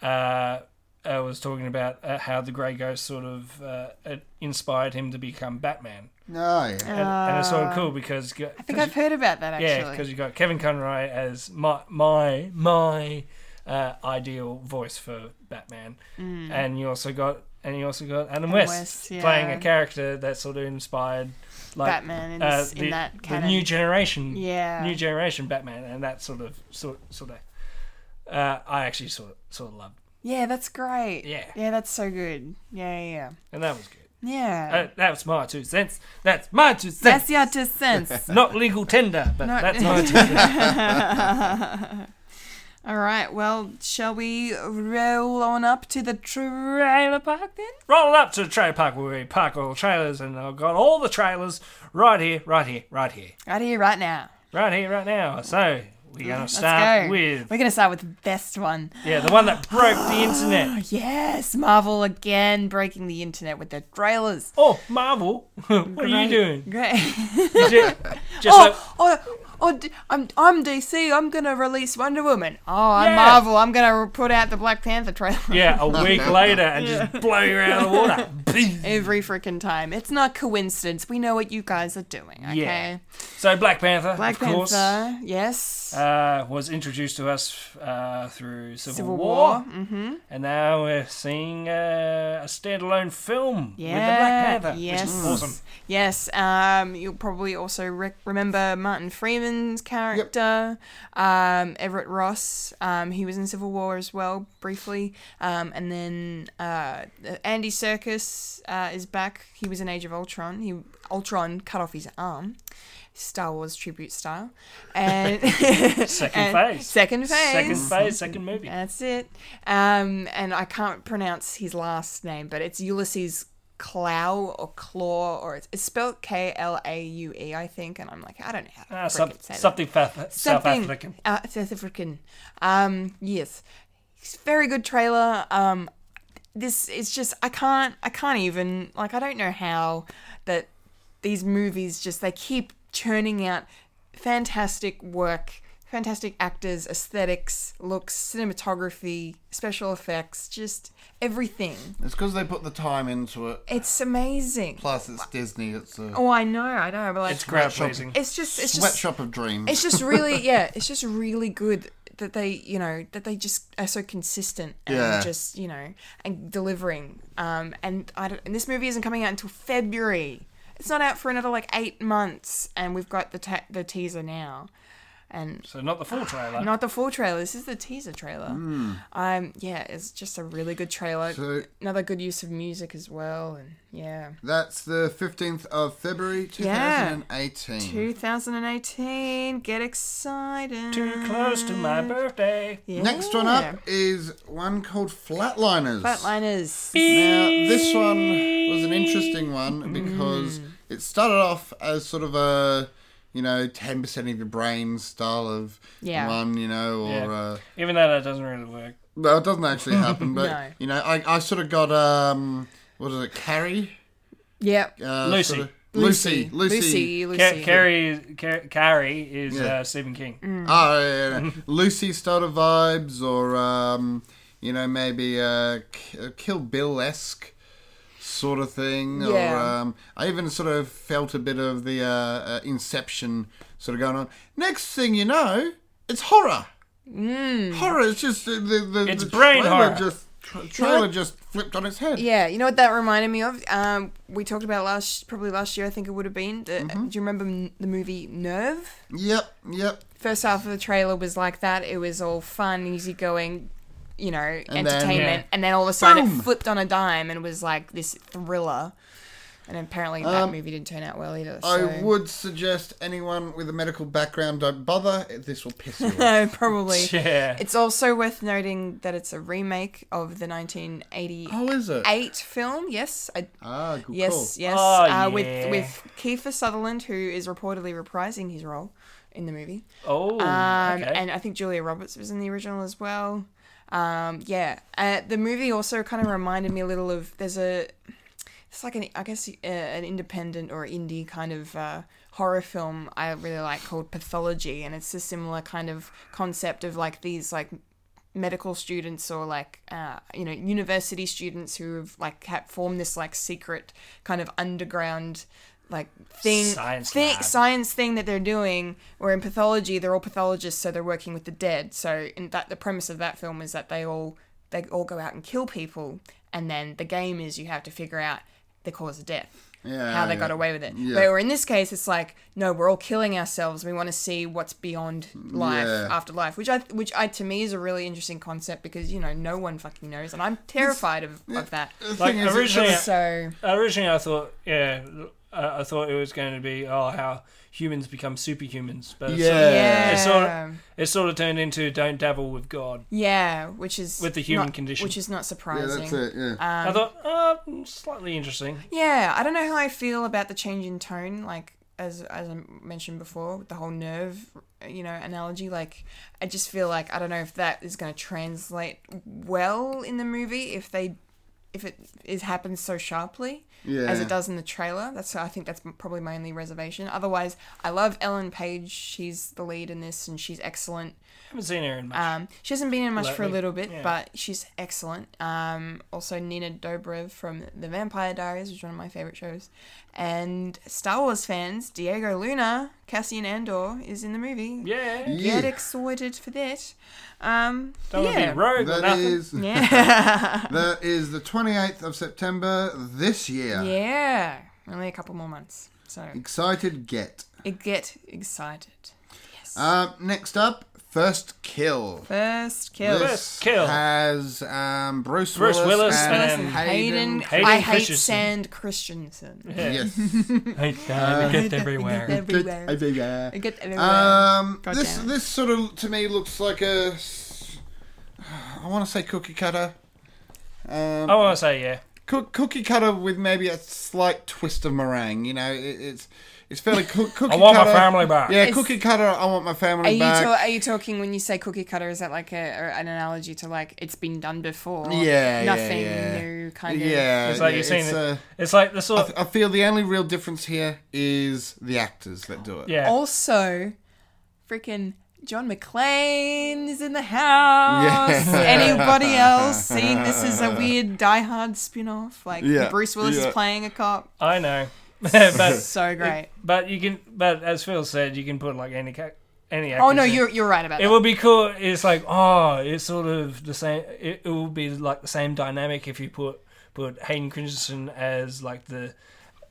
B: uh, uh, was talking about uh, how the Grey Ghost sort of uh, it inspired him to become Batman,
A: Oh, yeah.
B: and, and it's sort of
C: Ah.
B: cool because I
C: I think I've heard about that
B: yeah,
C: actually.
B: because you got Kevin Conroy as my my my uh, ideal voice for Batman, and you also got and you also got Adam, West,
C: Mm. West, yeah.
B: playing a character that sort of inspired like
C: Batman in,
B: uh,
C: this,
B: the,
C: in that
B: the
C: canon.
B: new generation,
C: yeah.
B: new generation Batman, and that sort of sort sort of uh, I actually sort of, sort of loved,
C: yeah, that's great.
B: Yeah.
C: Yeah, that's so good. Yeah, yeah,
B: and that was good.
C: yeah. Yeah.
B: Uh, that's my two cents. That's my two
C: Oh. that's
B: cents.
C: your two cents.
B: Not legal tender, but
C: Not-
B: that's my two cents.
C: All right, well, shall we roll on up to the trailer park then?
B: Roll up to the trailer park where we park all the trailers, and I've got all the trailers right here, right here, right here,
C: Right here, right now.
B: right here, right now. So we're gonna
C: Let's
B: start
C: go.
B: with
C: We're gonna start with the best one.
B: yeah, the one that broke the internet.
C: Yes, Marvel again breaking the internet with their trailers.
B: Oh, Marvel, what are you doing?
C: Great.
B: Did you- Just like,
C: oh, oh, oh, D- I'm I'm DC. I'm gonna release Wonder Woman. Oh, I'm
B: Yeah.
C: Marvel. I'm gonna put out the Black Panther trailer.
B: yeah, a week later, and just blow you out of the water.
C: Every freaking time. It's not coincidence. We know what you guys are doing, okay?
B: Yeah. so Black Panther,
C: Black
B: of course.
C: Panther, yes.
B: uh, was introduced to us uh, through Civil,
C: Civil
B: War,
C: War. Mm-hmm.
B: and now we're seeing uh, a standalone film
C: Yeah.
B: with the Black Panther,
C: yes.
B: which is awesome.
C: Yes. Um, you'll probably also rec- remember Martin Freeman's character, um, Everett Ross. Um, he was in Civil War as well, briefly. Um, and then uh, Andy Serkis uh, is back. He was in Age of Ultron. He Ultron cut off his arm. Star Wars tribute style, and
B: Second
C: and
B: phase.
C: Second phase. uh,
B: Second phase, second movie.
C: That's it. Um, and I can't pronounce his last name, but it's Ulysses Clow or Claw, or it's, it's spelled K L A U E, I think. And I'm like, I don't know how to
B: Ah,
C: frickin'
B: some,
C: say that.
B: something fa- South African.
C: Uh, South African. Um, yes, it's a very good trailer. Um, this is just I can't I can't even like I don't know how that these movies just they keep churning out fantastic work, fantastic actors, aesthetics, looks, cinematography, special effects, just everything.
A: It's because they put the time into it.
C: It's amazing.
A: Plus, it's Disney. It's a
C: Oh, I know, I know, but like
B: It's crowd pleasing.
C: it's just it's just
A: sweatshop of dreams.
C: it's just really yeah it's just really good that they you know that they just are so consistent and
A: Yeah.
C: just you know and delivering um and i don't and this movie isn't coming out until february it's not out for another like eight months and we've got the ta- the teaser now and
B: So not the full
A: Uh.
B: trailer.
C: not the full trailer this is the teaser trailer um yeah it's just a really good trailer
A: Hmm. So-
C: another good use of music as well and yeah
A: That's the 15th of February
C: Yeah.
A: 2018.
C: 2018 get excited
B: Too close to
C: Mm.
B: my birthday.
A: Next one up is one called Flatliners.
C: Flatliners.
A: Now, this one was an interesting one because
C: Mm.
A: it started off as sort of a, you know, 10% of your brain style of
C: Yeah.
A: one, you know, or.
B: Yeah.
A: Uh,
B: Even though that doesn't really work.
A: well, it doesn't actually happen, but,
C: No.
A: you know, I, I sort of got, um, what is it, Carrie?
C: Yep.
A: Uh,
B: Lucy.
A: sorta- Lucy. Lucy.
B: Ca-
C: Lucy. Lucy.
B: Carrie, Car- Carrie is
A: Yeah.
B: uh, Stephen King.
C: Mm,
A: Oh, yeah, yeah, yeah. Lucy starter vibes, or um, you know, maybe uh, K- Kill Bill esque sort of thing. Or
C: Yeah.
A: um, I even sort of felt a bit of the uh, uh, Inception sort of going on. Next thing you know, it's horror. Mm. Horror. It's just the the, the,
B: It's
A: the
B: brain
A: trailer
B: horror.
A: Just tra- trailer just flipped on its head.
C: Yeah, you know what that reminded me of? Um, we talked about last, probably last year. I think it would have been. The,
A: Mm-hmm.
C: Do you remember m- the movie Nerve?
A: Yep. Yep.
C: First half of the trailer was like that. It was all fun, easygoing, you know,
A: then-
C: entertainment,
B: Yeah.
C: and then all of a sudden
A: Boom.
C: it flipped on a dime and was like this thriller. And apparently that movie didn't turn out well either. So.
A: Um, I would suggest anyone with a medical background don't bother. This will piss you off.
C: No, probably.
B: Yeah.
C: It's also worth noting that it's a remake of the 1988
A: How is it?
C: film. Yes, I,
A: Ah, good
C: yes,
A: call.
C: yes.
B: Oh,
C: uh,
B: yeah.
C: With with Kiefer Sutherland, who is reportedly reprising his role in the movie.
B: Oh,
C: Um,
B: okay.
C: And I think Julia Roberts was in the original as well. Um, yeah. Uh, the movie also kind of reminded me a little of there's a it's like an I guess uh, an independent or indie kind of uh, horror film I really like called Pathology, and it's a similar kind of concept of like these like medical students or like uh, you know university students who have like ha formed this like secret kind of underground like thing
B: Science
C: thing
B: lab.
C: science thing that they're doing or in pathology they're all pathologists so they're working with the dead so in that the premise of that film is that they all they all go out and kill people and then the game is you have to figure out the cause of death
A: Yeah,
C: how they
A: yeah.
C: got away with it
A: Yeah.
C: but or in this case it's like no we're all killing ourselves we want to see what's beyond life
A: Yeah.
C: after life which i which i to me is a really interesting concept because you know no one fucking knows and i'm terrified of, of that
A: The
B: Like,
A: thing is, it
B: originally-
A: doesn't-
B: Yeah.
C: so
B: Originally, I thought, yeah, I I thought it was going to be oh how humans become superhumans, but it's sort of-
A: Yeah.
C: yeah
B: It's all- it sort of turned into don't dabble with God.
C: yeah which is
B: With the human
C: not-
B: condition.
C: which is not
A: yeah,
C: surprising Um,
A: that's it. Yeah.
C: uh,
B: I thought, oh, slightly interesting.
C: Yeah, I don't know how I feel about the change in tone. Like as as I mentioned before, with the whole nerve, you know, analogy. Like I just feel like I don't know if that is going to translate well in the movie if they if it is happens so sharply as
A: Yeah.
C: it does in the trailer. That's I think that's probably my only reservation. Otherwise, I love Ellen Page. She's the lead in this, and she's excellent.
B: haven't seen her in much.
C: Um, she hasn't been in much for a
B: Lately,
C: little bit,
B: yeah.
C: but she's excellent. Um, also, Nina Dobrev from The Vampire Diaries, which is one of my favorite shows. And Star Wars fans, Diego Luna, Cassian Andor, is in the movie.
B: yeah,
A: Yeah.
C: Get excited for that. Um,
B: don't want to
C: yeah.
B: be rogue or
A: That
B: nothing.
A: is
C: yeah.
A: that is the 28th of September this year.
C: yeah. Only a couple more months. So
A: Excited get.
C: get excited. Yes.
A: Uh, next up, First Kill.
C: First kill.
A: This
B: First Kill.
A: has um, Bruce,
B: Bruce
A: Willis,
B: Willis
A: and,
B: and
A: Hayden.
C: Hayden,
B: Hayden
C: I hate
B: Christensen.
C: Sand Christensen.
B: Yeah.
A: Yes.
B: I
A: uh,
B: can't get everywhere.
A: Good-
C: Everywhere.
A: everywhere.
C: I get everywhere.
A: Um,
C: God
A: this
C: damn it.
A: this sort of to me looks like a. s- I want to say cookie cutter. Um,
B: I want to say yeah.
A: coo- cookie cutter with maybe a slight twist of meringue. You know, it, it's it's fairly coo- cookie
B: I want my
A: cutter.
B: family back.
A: Yeah,
C: It's-
A: cookie cutter. I want my
C: Are
A: family
C: you
A: back.
C: ta- are you talking when you say cookie cutter? Is that like a, or an analogy to like it's been done before?
A: yeah,
C: nothing
A: yeah, yeah.
C: new kind of.
A: Yeah,
B: It's like
A: yeah,
B: you've seen
A: it's,
B: it.
A: uh,
B: It's like the sort.
A: I, I feel the only real difference here is the actors that do it.
B: yeah.
C: Also, freaking John McClane is in the house.
A: Yeah.
C: Anybody else seen this is a weird Die Hard spin-off? Like
A: Yeah,
C: Bruce Willis
A: yeah. Uh,
C: is playing a cop.
B: I know, but
C: So great.
B: but you can. But as Phil said, you can put like any ca- any.
C: Oh no,
B: actors in.
C: you're you're right about
B: It
C: that.
B: would be cool. It's like oh, it's sort of the same. It, it will be like the same dynamic if you put put Hayden Christensen as like the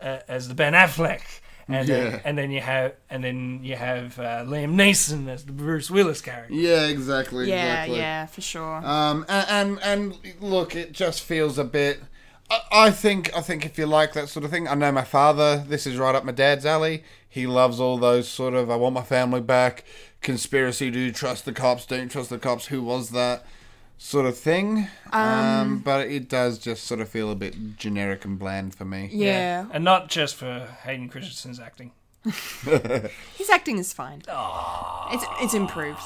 B: uh, as the Ben Affleck, and
A: Yeah.
B: then, and then you have and then you have uh, Liam Neeson as the Bruce Willis character.
A: Yeah, exactly.
C: yeah,
A: exactly.
C: yeah, for sure.
A: Um, and, and and look, it just feels a bit. I, I think I think if you like that sort of thing, I know my father. This is right up my dad's alley. He loves all those sort of. I want my family back. Conspiracy: Do you trust the cops? Don't you trust the cops? Who was that? Sort of thing. Um, but it does just sort of feel a bit generic and bland for me.
C: yeah,
B: and not just for Hayden Christensen's acting.
C: his acting is fine.
B: Oh.
C: It's it's improved.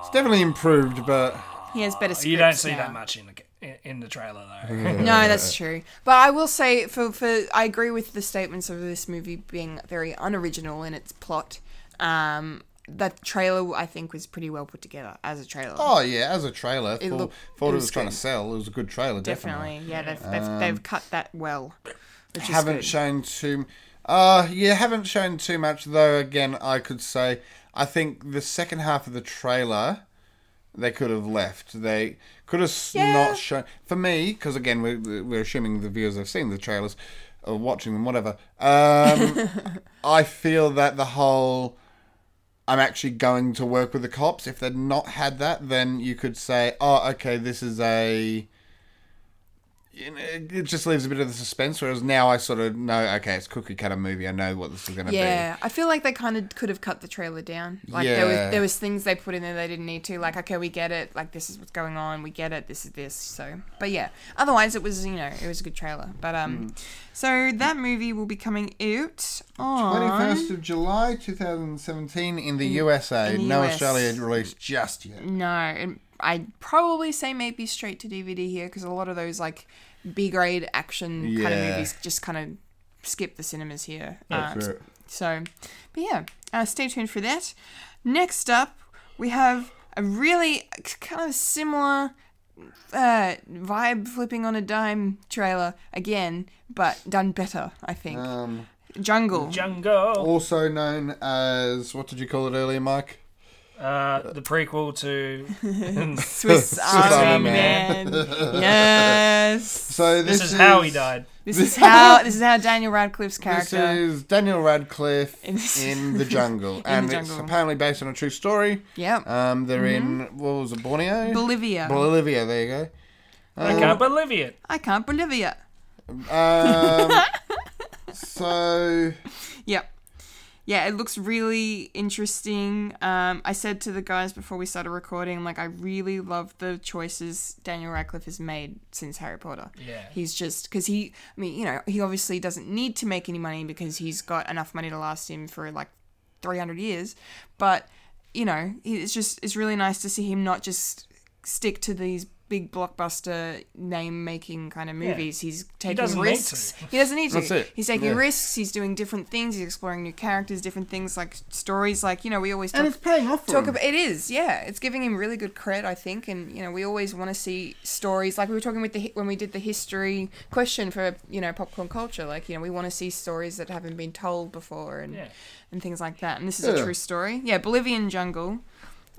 A: It's definitely improved, but
C: He has better scripts
B: You don't see
C: now.
B: that much in the in the trailer though.
A: Uh,
C: No, that's true. But I will say, for, for I agree with the statements of this movie being very unoriginal in its plot. Um, that trailer, I think, was pretty well put together as a trailer.
A: oh yeah, as a trailer, for,
C: looked-
A: for what
C: it
A: it was
C: was
A: trying to
C: good.
A: sell, it was a good trailer. definitely. Um,
C: definitely. Yeah, they've, they've, they've cut that well. Which is
A: haven't
C: good.
A: shown too. Uh, yeah, haven't shown too much though. Again, I could say I think the second half of the trailer they could have left. They could have s
C: Yeah.
A: not shown for me because again we're, we're assuming the viewers have seen the trailers or watching them, whatever. Um, I feel that the whole I'm actually going to work with the cops. If they'd not had that, then you could say, oh, okay, this is a. you know, It just leaves a bit of the suspense, whereas now I sort of know, okay, it's cookie cutter movie. I know what this is going to be.
C: Yeah, I feel like they kind of could have cut the trailer down. Like there
A: Yeah.
C: was there was things they put in there they didn't need to. Like okay, we get it. Like this is what's going on. We get it. This is this. So, but yeah. Otherwise, it was you know it was a good trailer. But
A: Hmm.
C: um, so that movie will be coming out on
A: 21st of July 2017 in the USA.
C: in the
A: no
C: US.
A: Australia released just yet.
C: no. It, I'd probably say maybe straight to DVD here because a lot of those like B grade action kind of
A: Yeah.
C: movies just kind of skip the cinemas here. Uh,
A: That's it.
C: So, but yeah, uh, stay tuned for that. Next up, we have a really k- kind of similar uh, vibe flipping on a dime trailer again, but done better, I think.
A: Um,
C: Jungle.
B: Jungle.
A: also known as, what did you call it earlier, Mike? Oh.
B: Uh, the prequel to. this,
C: Swiss Army
B: Army
C: Man. yes.
A: So this,
B: is, how he died.
C: This is how this is how Daniel Radcliffe's
A: This
C: character.
A: is Daniel Radcliffe
C: In this-
A: in the jungle, and
C: the
A: it's
C: jungle.
A: apparently based on a true story.
C: Yep.
A: Um, they're
C: Mm-hmm.
A: in what was it, Borneo,
C: Bolivia.
A: Bolivia. There you go.
B: I can't
A: uh,
B: believe it.
C: I can't Bolivia.
A: Um, so
C: Yep. Yeah, it looks really interesting. Um, I said to the guys before we started recording, like, I really love the choices Daniel Radcliffe has made since Harry Potter.
B: Yeah.
C: He's just, because he, I mean, you know, he obviously doesn't need to make any money because he's got enough money to last him for like 300 years. But, you know, he- it's just, it's really nice to see him not just stick to these big blockbuster name making kind of movies. He's taking
B: doesn't need
C: risks. He doesn't need to.
A: That's it.
C: He's taking
A: Yeah.
C: risks. He's doing different things. He's exploring new characters, different things like stories. Like you know, we always
A: and
C: talk,
A: it's paying off for
C: talk
A: him.
C: about. It is, yeah. It's giving him really good credit, I think. And you know, we always want to see stories like we were talking with the hi- when we did the history question for you know popcorn culture. Like you know, we want to see stories that haven't been told before and
B: Yeah.
C: and things like that. And this is
A: Yeah.
C: a true story. Yeah, Bolivian jungle.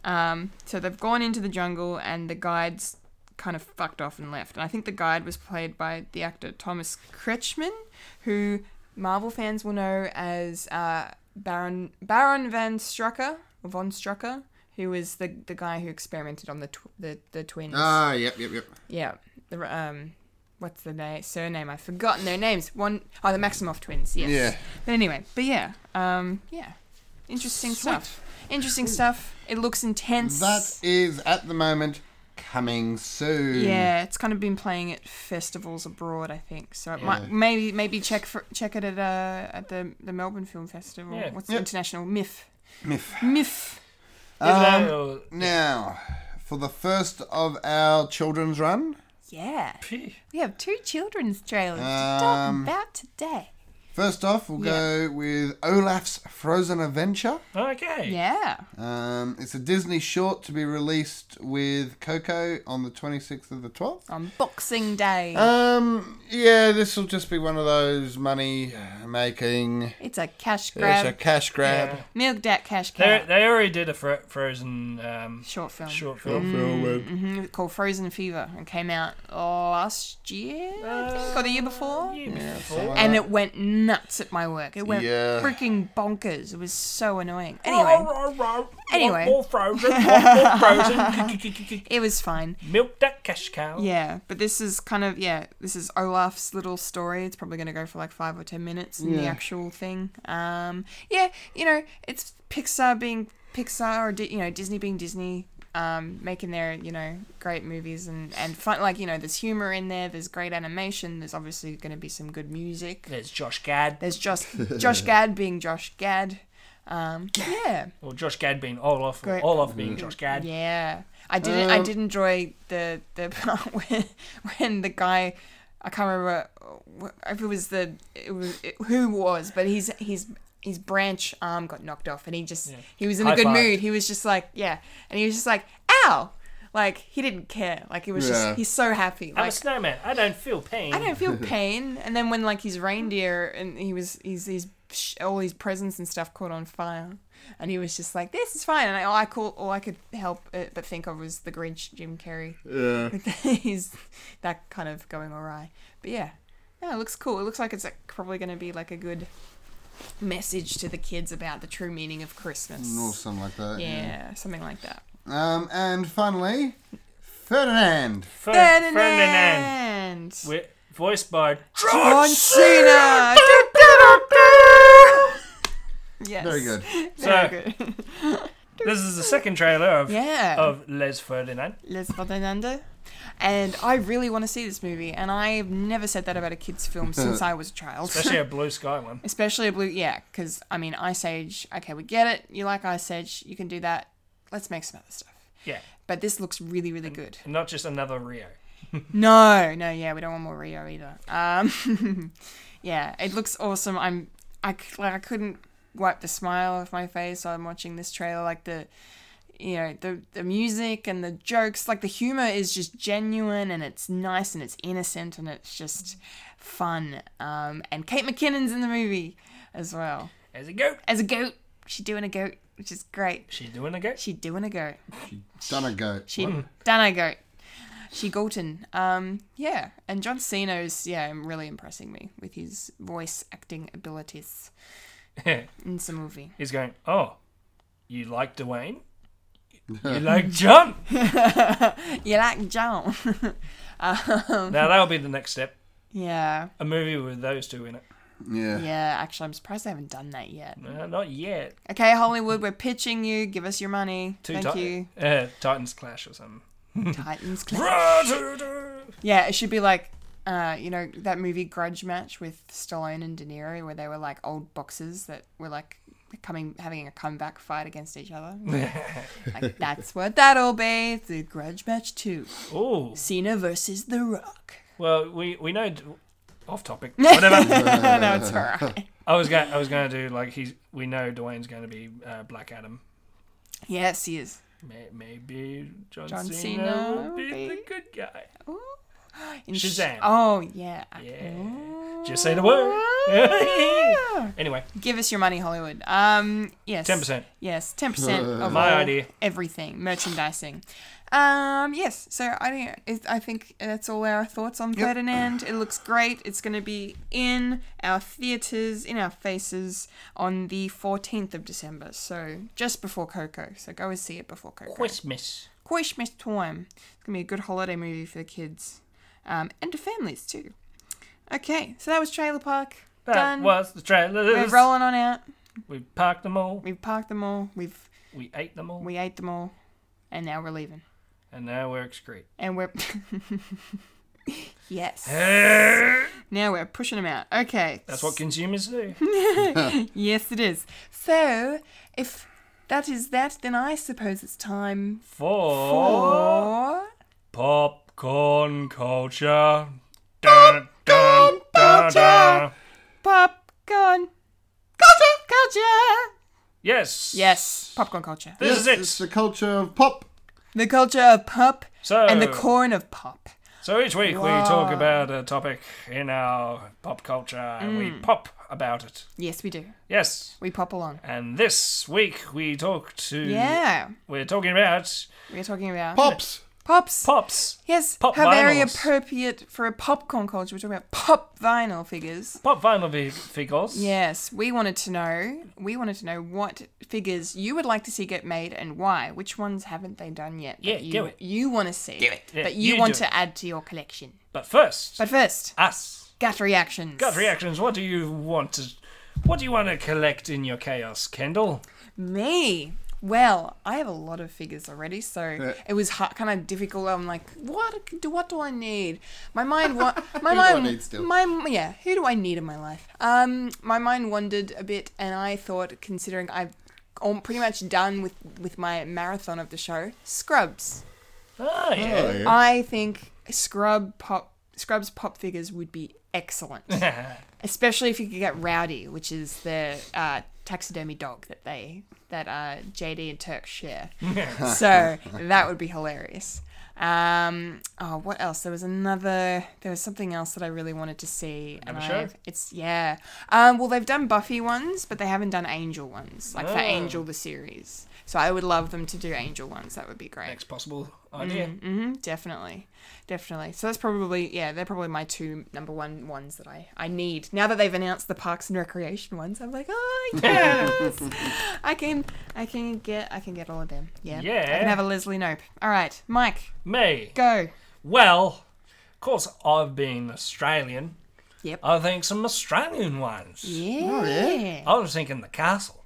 C: Um, so they've gone into the jungle and the guides kind of fucked off and left. And I think the guide was played by the actor Thomas Kretschmann, who Marvel fans will know as uh, Baron Baron van Strucker or von Strucker, who was the the guy who experimented on the tw- the the twins.
A: Ah, yep, yep, yep.
C: Yeah. The um what's the name surname? I've forgotten their names. One oh the Maximoff twins, yes.
A: Yeah.
C: But anyway, but yeah. Um yeah. Interesting stuff. Interesting stuff. It looks intense.
A: That is at the moment coming soon.
C: yeah, it's kind of been playing at festivals abroad, I think. So it might
A: Yeah.
C: maybe maybe check for, check it at uh, at the the Melbourne Film Festival.
B: Yeah.
C: What's
A: Yep.
C: the international MIF?
A: Miff.
C: MIF.
A: Um,
B: Hello.
A: now, for the first of our children's run,
C: Yeah.
B: Phew.
C: We have two children's trailers
A: Um,
C: to talk about today.
A: first off, we'll go with Olaf's Frozen Adventure.
B: Okay.
C: Yeah.
A: Um, it's a Disney short to be released with Coco on the 26th of the 12th.
C: On Boxing Day.
A: Um, yeah, this will just be one of those money making.
C: it's a cash grab.
A: It's a cash grab.
B: Yeah.
C: Milk that cash
B: They,
C: cow.
B: they already did a fro- Frozen um,
C: Short film.
B: short
A: Mm.
B: film.
C: hmm Called Frozen Fever and came out oh, last year, I think, or the year before.
B: Yeah, Uh, before.
A: something like
C: And
A: that.
C: it went nuts at my work. It went
A: Yeah.
C: freaking bonkers. It was so annoying. Anyway,
B: Roar, roar, roar.
C: Anyway.
B: Want more frozen. want more frozen.
C: it was fine.
B: Milk that cash cow.
C: Yeah, but this is kind of, yeah, this is Olaf's little story. It's probably going to go for like five or ten minutes in the
A: Yeah.
C: actual thing. Um, yeah, you know, it's Pixar being Pixar or, Di- you know, Disney being Disney. Um, making their you know great movies and and fun like you know there's humor in there there's great animation there's obviously going to be some good music
B: There's Josh Gad.
C: There's Josh Josh Gad being Josh Gad. Um, yeah,
B: Or Josh Gad being Olaf.
C: Great.
B: Or Olaf being Josh Gad.
C: yeah. I did not I
A: Um,
C: did enjoy the the part when when the guy I can't remember wh- if it was the it was it, who was, but he's he's his branch arm got knocked off, and he just he was in a
B: High
C: good
B: five.
C: mood. He was just like yeah, and he was just like ow, like he didn't care. Like he was
A: Yeah.
C: just he's so happy.
B: I'm
C: Like
B: a snowman. I don't feel pain.
C: I don't feel pain. And then when like his reindeer and he was he's he's sh- all his presents and stuff caught on fire, and he was just like, "This is fine." And I, all I call all I could help uh, but think of was the Grinch, Jim Carrey.
A: Yeah.
C: Like, he's that kind of going awry. But yeah, yeah, it looks cool. It looks like it's like, probably going to be like a good message to the kids about the true meaning of Christmas.
A: or something like that.
C: Yeah, something like that.
A: Um, and finally, Ferdinand.
B: Fer-
C: Ferdinand,
B: Ferdinand. Wi- voiced by
C: John Cena. yes.
A: Very good.
C: Very good.
B: This is the second trailer of
C: yeah.
B: of Les Ferdinand.
C: Les Ferdinando. And I really want to see this movie, and I've never said that about a kids' film since I was a child.
B: Especially a blue sky one.
C: Especially a blue, yeah, because I mean, Ice Age. Okay, we get it. You like Ice Age? You can do that. Let's make some other stuff.
B: Yeah.
C: But this looks really, really good.
B: Not just another Rio.
C: No, no, yeah, we don't want more Rio either. Um, yeah, it looks awesome. I'm, I c- like, I couldn't wipe the smile off my face while I'm watching this trailer. Like the, you know, the the music and the jokes, like the humor is just genuine and it's nice and it's innocent and it's just fun. Um, and Kate McKinnon's in the movie as well
B: As a goat.
C: as a goat. She's doing a goat, which is great.
B: She's doing a goat.
C: She doing a goat.
A: Done a goat.
C: She done a goat. She Galton. Um, yeah, and John Cena's yeah, really impressing me with his voice acting abilities in the movie.
B: He's going, Oh, you like Dwayne? You like John?
C: You like John?
B: now that'll be the next step.
C: yeah,
B: A movie with those two in it.
A: Yeah.
C: yeah. Actually, I'm surprised they haven't done that yet.
B: Uh, not yet.
C: Okay, Hollywood, we're pitching you. Give us your money.
B: Two
C: Thank you.
B: Ti- Uh, Titans clash or something.
C: Titans. Clash. Yeah, it should be like. Uh, you know that movie Grudge Match with Stallone and De Niro, where they were like old boxers that were like coming having a comeback fight against each other. Like, that's what that'll be. The grudge match two.
B: oh,
C: Cena versus The Rock.
B: well, we we know. Off topic. Whatever.
C: no, it's alright.
B: I was going. I was going to do like he's. We know Dwayne's going to be uh, Black Adam.
C: Yes, he is.
B: May, maybe John,
C: John
B: Cena,
C: Cena
B: will be,
C: will be-
B: the good guy.
C: Ooh. In
B: Shazam.
C: oh yeah.
B: Yeah. Just say the word.
C: Ah.
B: anyway,
C: Give us your money, Hollywood. Um, yes.
B: ten percent.
C: Yes, ten percent of
B: My
C: all-
B: idea.
C: everything merchandising. Um, yes. So I don't. is- I think that's all our thoughts on Ferdinand. It looks great. It's going to be in our theaters, in our faces, on the fourteenth of December. So just before Coco. So go and see it before Coco.
B: Christmas.
C: Christmas time. It's gonna be a good holiday movie for the kids, um, and to families too. Okay, so that was Trailer Park.
B: That
C: Done.
B: was the
C: We're
B: trailers.
C: rolling on out.
B: We parked them all.
C: We've parked them all. We've
B: We ate them all.
C: we ate them all, and now we're leaving.
B: and now we're excrete.
C: And we're yes. Now we're pushing them out. Okay.
B: That's what consumers do.
C: Yes, it is. So if that is that, then I suppose it's time
B: For
C: for.
B: popcorn culture. Dun, dun, dun, dun.
C: popcorn culture. Culture.
B: Yes.
C: Yes, popcorn culture.
B: This
A: Yes, It's
B: is it.
A: the culture of pop.
C: The culture of pop
B: So,
C: and the corn of pop.
B: so each week we
C: Wow.
B: talk about a topic in our pop culture and
C: Mm.
B: we pop about it.
C: Yes, we do.
B: Yes.
C: We pop along.
B: And this week we talk to.
C: Yeah,
B: We're talking about
C: we're talking about
A: Pops.
C: pops.
B: pops.
C: Yes,
B: Pop
C: how very
B: vinyls.
C: appropriate for a popcorn culture. We're talking about pop vinyl figures.
B: Pop vinyl vi- figures.
C: Yes, we wanted to know. We wanted to know what figures you would like to see get made and why. Which ones haven't they done yet? that
B: Yeah,
C: you,
B: do it.
C: You want to see? Do it.
B: Yeah,
C: That you,
B: you
C: want
B: do
C: to
B: it.
C: add to your collection.
B: But first,
C: But first,
B: us.
C: gut reactions.
B: Gut reactions. What do you want to. What do you want to collect in your chaos, Kendall?
C: Me? Well, I have a lot of figures already, so
A: Uh,
C: it was hard, kind of difficult. I'm like, what? Do what do I need? My mind, wa-
A: Who
C: my
A: do I
C: mind,
A: need still?
C: my yeah. Who do I need in my life? Um, my mind wandered a bit, and I thought, considering I've all, pretty much done with with my marathon of the show, Scrubs.
B: Oh, yeah.
A: Oh,
C: I think Scrub pop Scrubs pop figures would be excellent, especially if you could get Rowdy, which is the uh, taxidermy dog that they that uh, JD and Turk share. so that would be hilarious. Um, oh, what else? There was another. There was something else that I really wanted to see.
B: Another
C: and
B: show?
C: I've- It's yeah. Um, well, they've done Buffy ones, but they haven't done Angel ones, like for
B: Oh.
C: Angel the series. So I would love them to do Angel ones. That would be great.
B: Next possible idea.
C: hmm definitely, definitely. So that's probably yeah, they're probably my two number one ones that I I need now that they've announced the Parks and Recreation ones. I'm like, oh yes, I can I can get I can get all of them. Yeah, I
B: Yeah.
C: can have a Leslie Nope. All right, Mike,
B: Me.
C: go.
B: Well, of course, I've been Australian.
C: Yep.
B: I think some Australian ones.
C: Yeah.
B: I was thinking the castle.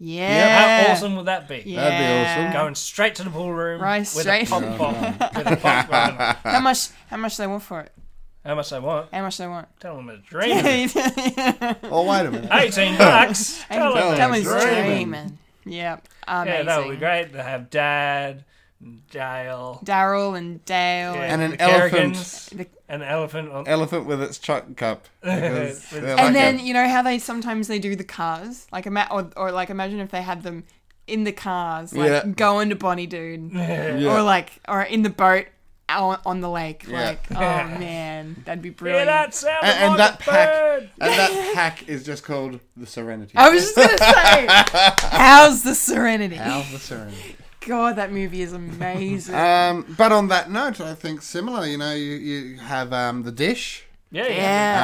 C: Yeah.
B: How awesome would that be?
C: Yeah.
A: That'd be awesome.
B: Going straight to the pool room
C: Right,
B: with a
C: straight.
B: pop pop, with a pop runner.
C: How much? How much they want for it?
B: How much they want?
C: How much they want?
B: Tell them it's dreaming.
A: Oh, wait a minue
B: Eighteen bucks. Tell them
A: tell
C: That was
A: Dreaming.
C: dreaming. Yeah.
B: Yeah,
C: Amazing.
B: that would be great to have Dad, and Dale,
C: Daryl and Dale.
B: yeah,
C: And-
A: And an
B: the Kerrigans,
C: elephant.
B: an elephant Oh, on
A: Elephant with its chocolate cup. because
B: With-
A: they're like
C: And then
A: a-
C: you know how they sometimes they do the cars, like ima- or, or like imagine if they had them in the cars, like
A: Yeah.
C: going to Bonnie Doon,
A: Yeah.
C: or like or in the boat out on the lake.
A: Yeah.
C: Like,
B: Yeah.
C: oh man, that'd be
B: Yeah,
C: brilliant.
B: that sounded
A: And- and
B: like
A: that
B: a
A: pack.
B: bird.
A: and that pack is just called the Serenity.
C: I was just gonna say, how's the serenity?
A: Now the Serenity.
C: God, that movie is amazing.
A: Um, but on that note, I think similar. You know, you, you have um, the dish.
B: Yeah, yeah. yeah.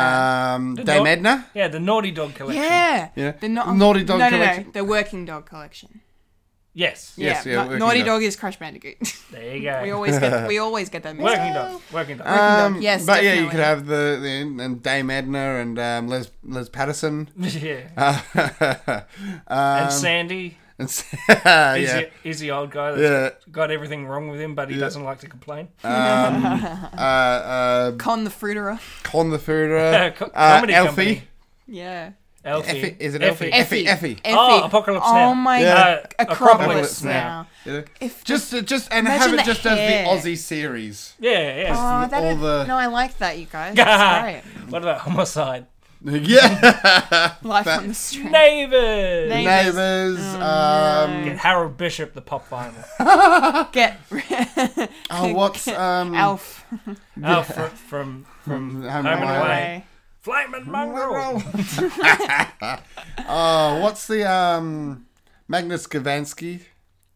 C: yeah.
A: Um,
B: The
A: Dame
B: dog-
A: Edna.
B: Yeah, the Naughty Dog collection.
C: yeah.
A: Yeah.
C: The no-
A: Naughty Dog
C: no, No,
A: collection.
C: no, the Working Dog collection.
B: Yes.
A: Yes, yeah,
C: Na-
A: Working
C: Naughty
A: Dog.
C: Dog is Crash Bandicoot.
B: There you go.
C: we always get we always get that. mixed
B: Working
C: up.
B: dog. Working dog.
A: Um,
C: dog. Yes,
A: but yeah, you
C: definitely.
A: could have the, the and Dame Edna and um, Les Les Patterson
B: yeah.
A: Uh,
B: and
A: um,
B: Sandy
A: and Sa- yeah.
B: is, the, is the old guy that's
A: Yeah.
B: got everything wrong with him, but he
A: Yeah.
B: doesn't like to complain.
A: uh, uh,
C: Con the Fruiterer.
A: Con the
B: Uh,
A: Fooder,
B: co-
A: uh,
B: comedy
A: Elfie.
B: company.
C: Yeah.
B: Elfie.
A: Effie. Is it
B: Effie.
A: Elfie?
C: Effie.
A: Effie. Effie.
B: Oh,
C: Effie.
B: Apocalypse
C: Oh
B: Now.
C: my
A: Yeah.
B: Uh,
C: Acropolis
A: Acropolis
C: now.
A: Now. You know?
C: If
A: Just, uh, just, and
C: Imagine
A: have
C: the
A: it just
C: hair.
A: as the Aussie series.
B: Yeah, yeah.
C: oh, that
A: all the-
C: no, I like that, you guys. That's
A: Oh.
C: great.
B: What about homicide?
A: yeah.
C: Life on the street.
B: Neighbours.
C: Neigh-
A: Neighbours.
C: Neighbours.
A: um,
B: Get Harold Bishop, the pop vinyl.
C: Get
A: oh, what's um?
C: Alf.
B: Oh, fr- from
A: From Home
B: Home
A: and
B: and
A: Away.
B: Away. Flaming Mongrel.
A: oh, what's the um? Magnus Gavansky,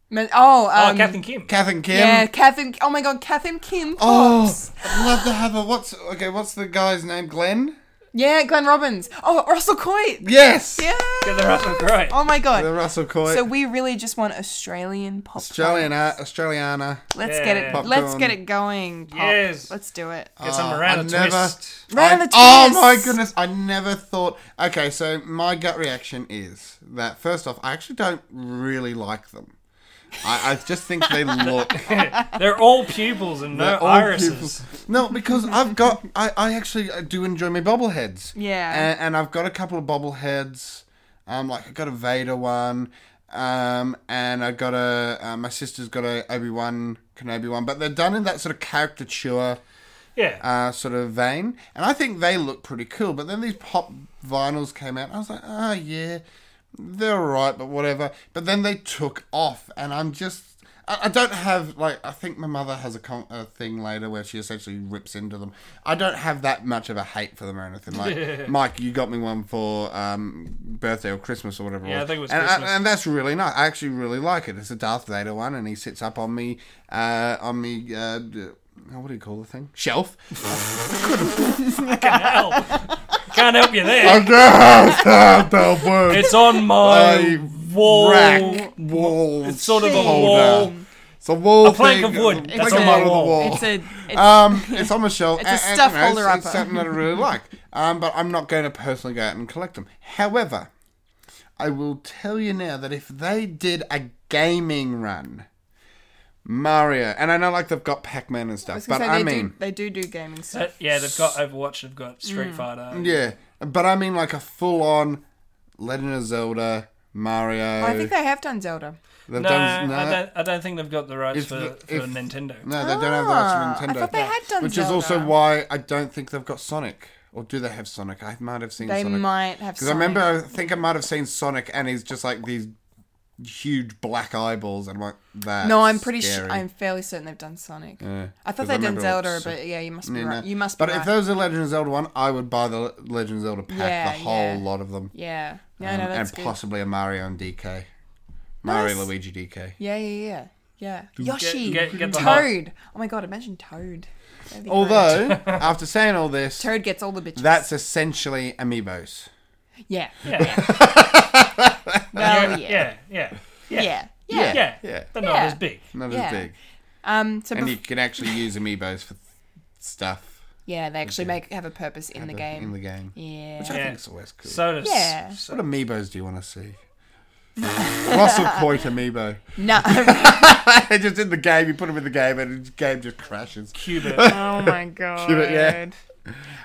C: Man- Oh,
B: Oh,
C: um,
B: Captain Kim.
A: Kath and Kim.
C: Yeah, Catherine. Oh my God, Catherine Kim.
A: Oh,
C: Cox.
A: I'd love to have a what's okay? What's the guy's name? Glenn.
C: Yeah, Glenn Robbins. Oh, Russell Coit.
A: Yes.
C: Yeah.
B: Get the Russell Crowe.
C: Oh my
A: The
C: God.
A: Russell Coy.
C: So we really just want Australian pop.
A: Australian
C: stars.
A: art, Australiana.
C: Let's
B: Yeah.
C: get it.
A: Popcorn.
C: Let's get it going. Pop.
B: Yes.
C: Let's do it.
B: Get some
A: Oh,
B: Miranda
A: I never-
B: Twist.
C: Round
A: I-
C: the
A: oh my
C: twist.
A: goodness! I never thought. Okay, so my gut reaction is that first off, I actually don't really like them. I, I just think they look
B: They're all pupils and no
A: they're all
B: irises.
A: pupils. No, because I've got. I, I actually I do enjoy my bobbleheads.
C: Yeah.
A: And, and I've got a couple of bobbleheads. Um, like I got a Vader one. Um, and I got a. Uh, my sister's got a Obi Wan Kenobi one, but they're done in that sort of caricature
B: Yeah.
A: uh, sort of vein, and I think they look pretty cool. But then these pop vinyls came out, and I was like, oh yeah, they're alright, but whatever. But then they took off, and I'm just. I I don't have like I think my mother has a, con- a thing later where she essentially rips into them. I don't have that much of a hate for them or anything. Like Mike, you got me one for um, birthday or Christmas or whatever.
B: Yeah, I
A: was.
B: think it was
A: And uh,
B: Christmas.
A: and that's really nice. I actually really like it. It's a Darth Vader one, and he sits up on me, uh, on me. Uh, d- what do you call the thing? Shelf.
B: Fucking hell. Can't help you there.
A: that works.
B: It's on my
A: I-
B: wall.
A: rack wall.
B: It's sort of a
A: holder.
B: wall.
A: It's a wall.
B: A plank
A: thing,
B: of wood.
A: plank
B: That's
A: of
B: on my
A: wood
B: wall.
C: It's a. It's,
A: um, it's on my shelf.
C: It's a
A: and- and,
C: stuff
A: you know, it's-
C: holder
A: It's,
C: upper.
A: something that I really like. Um, but I'm not going to personally go out and collect them. However, I will tell you now that if they did a gaming run, Mario, and I know like they've got Pac-Man and
C: I
A: stuff,
C: was gonna
A: but
C: say,
A: I
C: they
A: mean,
C: do, they do do gaming stuff.
B: But, yeah, they've got Overwatch, they've got
C: Mm.
B: Street Fighter.
A: yeah, but I mean like a full-on Legend of Zelda, Mario.
C: Oh, I think they have done Zelda.
A: they've
B: No,
A: done- no.
B: I, don't, I don't think they've got the rights
A: If
B: for,
A: the-
B: for
A: if-
B: Nintendo.
A: No, they don't have the rights
C: Ah,
A: for
C: I
A: Nintendo.
C: thought they had done
A: Which is
C: Zelda.
A: also why I don't think they've got Sonic. Or do they have Sonic? I might have seen
C: They
A: Sonic.
C: might have.
A: Because I remember, I think I might have seen Sonic, and he's just like these huge black eyeballs, and I'm like, that.
C: No, I'm pretty sure. I'm fairly certain they've done Sonic.
A: Yeah.
C: I thought
A: 'Cause
C: they had done
A: remember all the
C: Zelda,
A: Sonic-
C: but yeah, you must be
A: Yeah,
C: right.
A: no.
C: You must be
A: But
C: right.
A: if there was a Legend of Zelda one, I would buy the Legend of Zelda pack,
C: Yeah,
A: the whole
C: yeah.
A: lot of them,
C: yeah. No,
A: Um,
C: no, that's
A: and
C: good.
A: possibly a Mario and DK, Mario
C: Nice.
A: Luigi DK.
C: Yeah, yeah, yeah. Yeah. Yoshi.
B: get- get the hot-
C: Toad. Oh my god, imagine Toad. That'd be great.
A: Although, after saying all this,
C: Toad gets all the bitches.
A: that's essentially amiibos.
C: Yeah.
B: Yeah.
C: Well,
B: yeah.
C: yeah.
B: Yeah. Yeah.
C: Yeah. Yeah.
A: Yeah.
B: Yeah.
A: Yeah.
B: But not
C: Yeah.
B: as big.
A: Not
C: Yeah.
A: as big,
C: Um, so,
A: and
C: bef-
A: you can actually use amiibos for stuff
C: yeah, they actually make have a purpose in the game.
A: in the game,
C: yeah.
A: which I
B: Yeah.
A: think is always cool.
B: Sodas.
C: Yeah.
B: So,
A: what amiibos do you want to see? Russell Coit amiibo.
C: No.
A: They just in the game. You put them in the game, and the game just crashes.
B: Cuba.
C: oh my god.
A: Cubic, yeah.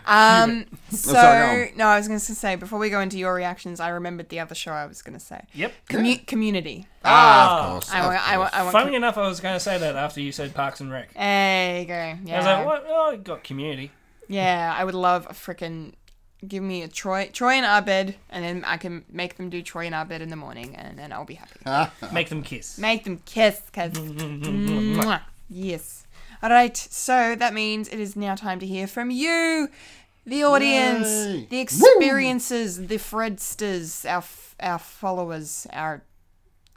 C: Um, so,
A: sorry, go
C: no, I was going to say, before we go into your reactions, I remembered the other show I was going to say.
B: Yep.
C: Commu- Community.
A: Ah,
B: Ah.
A: of course.
C: I
A: of
C: want, I
A: course.
C: want, I want.
B: Funnily enough, I was going to say that after you said Parks and Rec.
C: There you go. Yeah.
B: I was like, what? Oh, it got community.
C: Yeah, I would love a frickin' give me a Troy, Troy and Abed, and then I can make them do Troy and Abed in the morning, and then I'll be happy.
A: Uh-huh.
B: Make them kiss.
C: Make them kiss, cause Mwah. yes. All right, so that means it is now time to hear from you, the audience,
A: Yay.
C: the experiences, the Fredsters, our f- our followers, our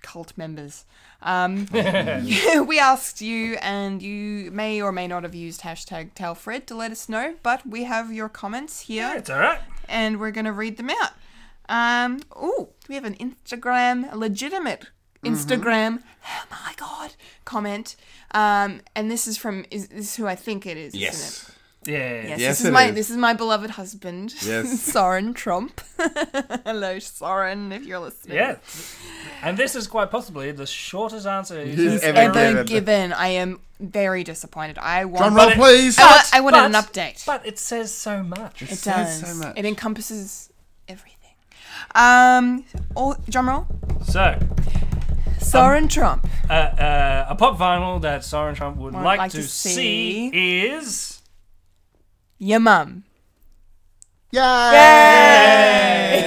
C: cult members. Um, we asked you, and you may or may not have used hashtag TellFred to let us know, but we have your comments here
B: It's all right.
C: and we're gonna read them out. Um, oh, we have an Instagram, a legitimate
A: Mm-hmm.
C: Instagram. Oh my god, comment. Um, and this is from is this is who I think it is, isn't it?
A: Yes.
B: Yeah.
A: Yes,
C: Yes, this is
A: it
C: my
A: is.
C: this is my beloved husband,
A: Yes.
C: Soren Trump. Hello, Soren, if you're listening.
B: Yeah. And this is quite possibly the shortest answer he's
A: He's
B: ever,
A: ever
C: Ever
A: Given.
C: given, I am very disappointed. I
A: Drum
C: want,
A: roll,
B: it-
A: please.
C: I, want I
B: But-
C: wanted an
B: but-
C: update.
B: But it says so much.
C: it
A: says
C: does.
A: so much.
C: It encompasses everything. Um, all, drum roll,
B: So,
C: Soren
A: Um,
C: Trump.
B: uh, uh, a pop vinyl that Soren Trump would
C: Would
B: like, to, see, is.
C: Your mum.
A: Yay!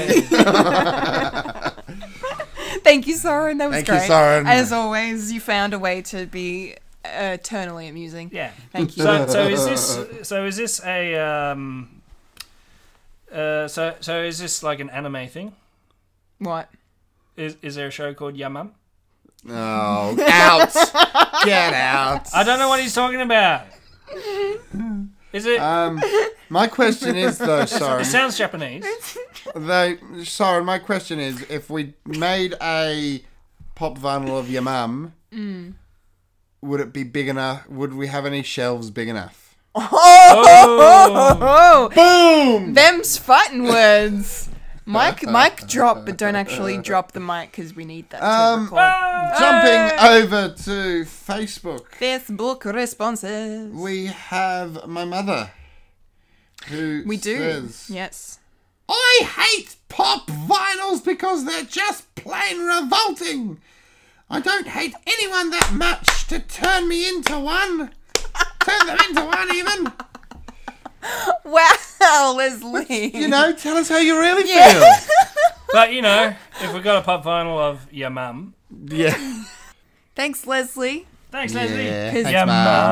C: Thank you, Soren. That was
A: Thank you,
C: great.
A: Soren.
C: As always, you found a way to be eternally amusing.
B: Yeah.
C: Thank you.
B: So, so is this? So is this a? Um, uh, so, so is this like an anime thing?
C: what?
B: Is, is there a show called Yamam?
A: Oh, out! Get out!
B: I don't know what he's talking about. Is it?
A: Um, my question is though,
B: it
A: Soren.
B: sounds Japanese.
A: Though, Soren, my question is, if we made a pop vinyl of your mum,
C: Mm.
A: would it be big enough? Would we have any shelves big enough?
B: Oh,
C: Oh,
A: Boom!
C: them's fighting words. Mic, mic drop, but don't actually drop the mic because we need that
A: Um,
C: to record.
A: Jumping
C: Uh.
A: over to Facebook,
C: Facebook responses.
A: we have my mother, who
C: We do.
A: says,
C: Yes.
A: I hate pop vinyls because they're just plain revolting. I don't hate anyone that much to turn me into one. Turn them into one, even.
C: Wow, Leslie.
A: You know, tell us how you really
C: Yeah.
B: but you know, if we got a pop vinyl of Yamam,
A: feel. Yeah.
C: Thanks, Leslie.
B: thanks, Leslie.
C: Thanks,
B: Yeah,
A: Um,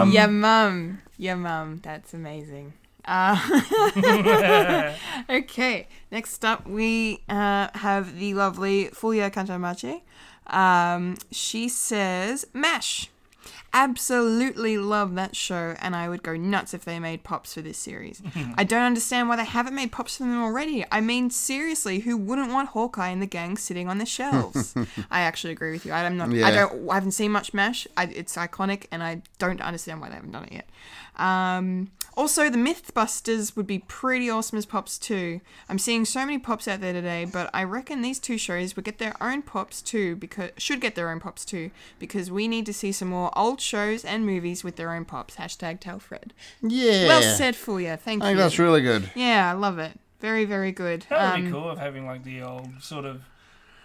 B: mum.
C: Yeah, mum. Yeah, mum. That's amazing. Uh, okay. Next up, we uh, have the lovely Fulia Kantamachi. Um, she says, MASH. Absolutely love that show, and I would go nuts if they made pops for this series. I don't understand why they haven't made pops for them already. I mean, seriously, who wouldn't want Hawkeye and the gang sitting on the shelves? I actually agree with you. I- I'm not. I
A: Yeah.
C: don't I haven't seen much Mash. I, it's iconic, and I don't understand why they haven't done it yet. Um, also, the MythBusters would be pretty awesome as pops too. I'm seeing so many pops out there today, but I reckon these two shows would get their own pops too because should get their own pops too because we need to see some more old shows and movies with their own pops. Hashtag tell Fred.
A: Yeah.
C: Well said, Fulia. Thank
A: I
C: you.
A: think that's really good.
C: yeah, I love it. Very, very good.
B: That would
C: Um,
B: be cool of having like the old sort of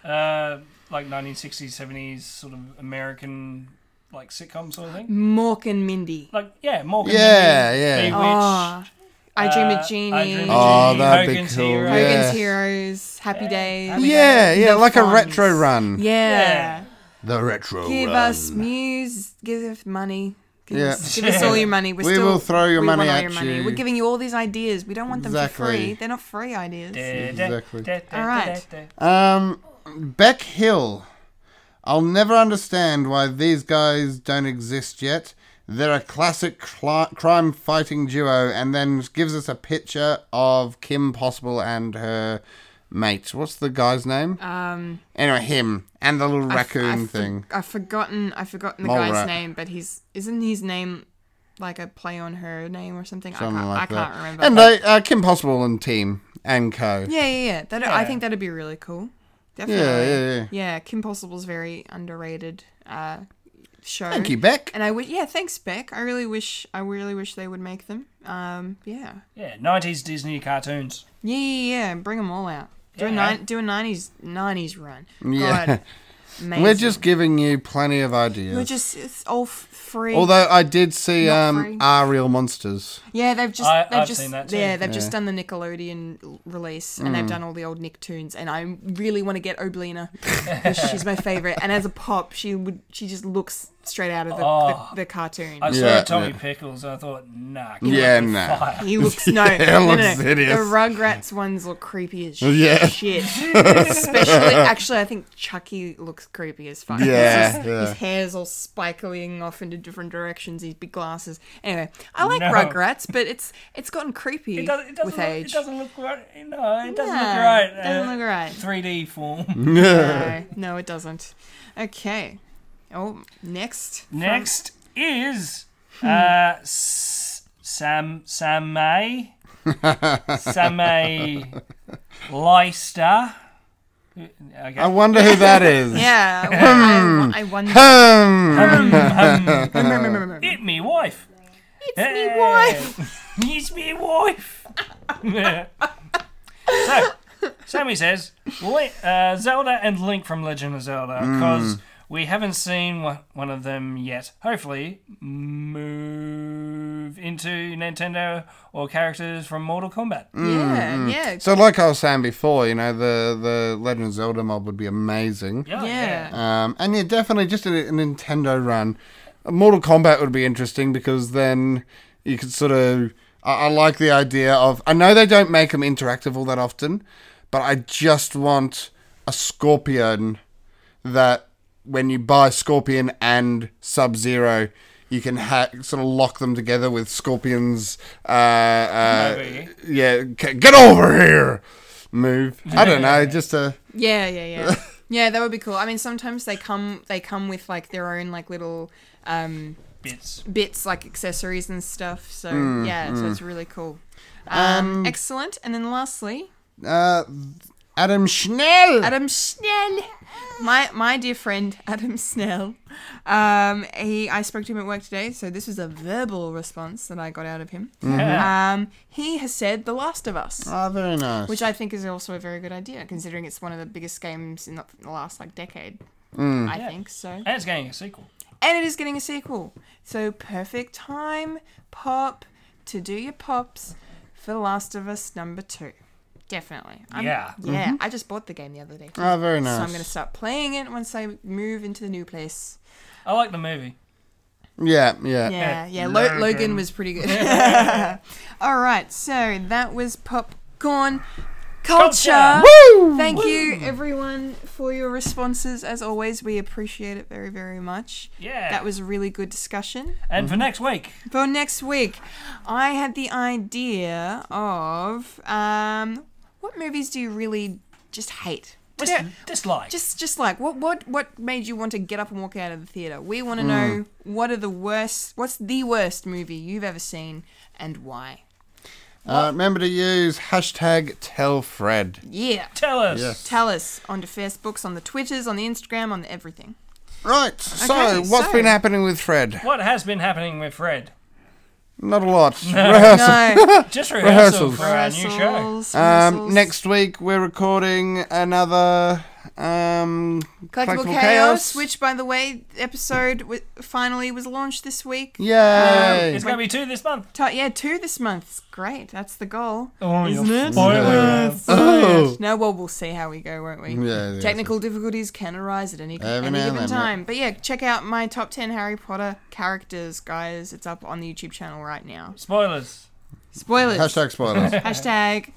B: uh, like 1960s, 70s sort of American like sitcom sort of thing.
C: Mork and Mindy.
B: Like yeah, Morgan.
A: Yeah, yeah.
B: Bewitched,
C: Ah, I Dream
B: uh,
C: of Genie.
B: I Dream of
A: Oh,
B: Genie,
A: that'd be
B: Hogan's
A: cool,
B: Heroes.
A: yeah.
C: Hogan's
A: Yes.
C: Heroes, Happy Days.
B: Happy
A: Yeah, yeah,
C: The
A: like a
C: Fonz.
A: retro run.
C: Yeah.
B: Yeah.
A: The retro.
C: Give
A: run.
C: us muse. Give us money. Give,
A: um, Yeah.
C: us, give us all your money. We're
A: We
C: still,
A: will throw your
C: we
A: money
C: want all
A: at
C: your money.
A: you.
C: We're giving you all these ideas. We don't want them for
A: Exactly.
C: free. They're not free ideas.
A: Exactly.
C: All right.
A: Um, Beck Hill. I'll never understand why these guys don't exist yet. They're a classic cl- crime fighting duo, and then gives us a picture of Kim Possible and her mate. What's the guy's name?
C: Um,
A: anyway, him and the little
C: I f- I
A: raccoon
C: for-
A: thing.
C: I've forgotten. I've forgotten the
A: Mole
C: guy's
A: rat.
C: name, but he's isn't his name like a play on her name or something? I
A: Something
C: can't.
A: like
C: I
A: that.
C: can't remember.
A: And they, uh, Kim Possible and team and co.
C: yeah, yeah, yeah. That I
B: Yeah.
C: think that'd be really cool.
A: Yeah,
C: Definitely.
A: yeah, yeah.
C: Yeah, Kim Possible's very underrated uh, show.
A: Thank you, Beck.
C: And I would, yeah, thanks, Beck. I really wish, I really wish they would make them. Um, yeah,
B: Yeah, 90s Disney cartoons.
C: yeah, yeah, yeah. Bring them all out. Do a
B: Yeah.
C: nine, do a nineties, nineties run.
A: Yeah.
C: God, amazing.
A: We're just giving you plenty of ideas.
C: we're just, it's all f- free.
A: Although I did see
C: Not
A: um,
C: free.
A: Are Real Monsters.
C: yeah, they've just,
B: I-
C: they've
B: I've
C: just,
B: seen that too.
C: yeah, they've
A: Yeah. Mm.
C: just done the Nickelodeon l- release, and they've done all the old Nicktoons, and I really want to get Oblina because she's my favorite. And as a pop, she would, she just looks straight out of the,
B: Oh.
C: the, the cartoon.
B: I
A: Yeah,
B: saw Tommy
A: yeah.
B: Pickles and I thought, nah.
A: Yeah,
B: no.
A: nah.
C: He looks no,
A: Yeah, it
C: no, no,
A: looks
C: no.
A: hideous.
C: The Rugrats ones look creepy as
A: Yeah.
C: shit. Especially, actually, I think Chucky looks creepy as fuck. He's
A: Yeah,
C: just-
A: yeah.
C: his hair's all spiking off into different directions. His big glasses. Anyway, I like
B: No.
C: Rugrats, but it's it's gotten creepy
B: It, does, it, doesn't
C: with
B: look,
C: age.
B: it doesn't look right. No, it doesn't
C: Nah,
B: look right. uh,
C: it doesn't look right.
B: 3D form.
C: no, no, it doesn't. Okay. Oh, next.
B: Next is uh, S- Sam Samay Samay Leister. Okay.
A: I wonder who that is.
C: Yeah, well, I, I wonder.
A: Hmm.
B: Hit me wife. It's
C: me wife.
B: it's me wife. so, Sammy says, "Li- uh, Zelda and Link from Legend of Zelda, because we haven't seen one- one of them yet. Hopefully, move into Nintendo or characters from Mortal Kombat.
C: yeah, yeah,
A: Mm, So, like I was saying before, you know, the, the Legend of Zelda mob would be amazing.
B: Yeah,
C: yeah.
A: Um, and yeah, definitely just a, a Nintendo run. Mortal Kombat would be interesting because then you could sort of. I, I like the idea of. I know they don't make them interactive all that often, but I just want a Scorpion that when you buy Scorpion and Sub Zero. You can ha- sort of lock them together with Scorpion's, uh, uh,
B: Maybe.
A: yeah, c- get over here, move. I don't know, just a
C: Yeah, yeah, yeah. yeah, that would be cool. I mean, sometimes they come they come with like their own like little um,
B: Bits.
C: bits, like accessories and stuff. So yeah, so it's really cool. Um,
A: Um,
C: excellent. And then lastly,
A: uh, Adam Schnell.
C: Adam Snell, my my dear friend Adam Snell. Um, he I spoke to him at work today, so this was a verbal response that I got out of him. Um, he has said The Last of Us.
A: Ah, very nice.
C: Which I think is also a very good idea, considering it's one of the biggest games in the, in the last like decade.
A: Mm.
C: I think so.
B: and it's getting a sequel.
C: And it is getting a sequel. So perfect time, pop, to do your pops for The Last of Us number two. Definitely. I'm-
B: Yeah.
C: Yeah. I just bought the game the other day.
A: Ah, Mm-hmm. very
C: So
A: nice.
C: I'm gonna start playing it once I move into the new place.
B: I like the movie.
A: Yeah, yeah.
C: Yeah,
B: Eh,
C: yeah. Lo-
B: Logan.
C: Logan was pretty good. All right, so that was popcorn culture.
B: Culture.
A: Woo!
C: Thank you, everyone, for your responses. As always, we appreciate it very, very much.
B: Yeah.
C: That was a really good discussion.
B: And for next week,
C: For next week, I had the idea of um, what movies do you really just hate? What
B: dis-
C: do-
B: dislike.
C: just just like what what what made you want to get up and walk out of the theater we want to know what are the worst what's the worst movie you've ever seen and why
A: Uh, remember to use hashtag TellFred.
C: yeah
B: Tell us.
A: Yes.
C: tell us on the facebooks on the twitters on the instagram on the everything
A: Right, so
C: Okay,
A: what's
C: so-
A: been happening with Fred?
B: What has been happening with Fred?
A: Not a lot. Rehearsal.
C: no
B: Just rehearsal
A: Rehearsals.
C: Um,
B: for our new show.
C: Rehearsals,
A: Um,
C: rehearsals.
A: next week we're recording another Um,
C: Collectible Chaos, which, by the way, episode w- finally was launched this week. Oh,
A: Yay!
B: It's going to be two this month.
C: Ta- yeah, two this month. It's great. That's the goal.
B: Oh,
C: Isn't
B: you're
C: it?
B: spoiling
A: Yeah.
B: us.
A: Oh.
C: No, well, we'll see how we go, won't we?
A: Yeah, yeah.
C: Technical difficulties can arise at any,
A: Every now
C: any
A: and
C: given
A: then, yeah.
C: time. But yeah, check out my top 10 Harry Potter characters, guys. It's up on the YouTube channel right now.
B: Spoilers.
C: Spoilers.
A: Hashtag spoilers.
C: Hashtag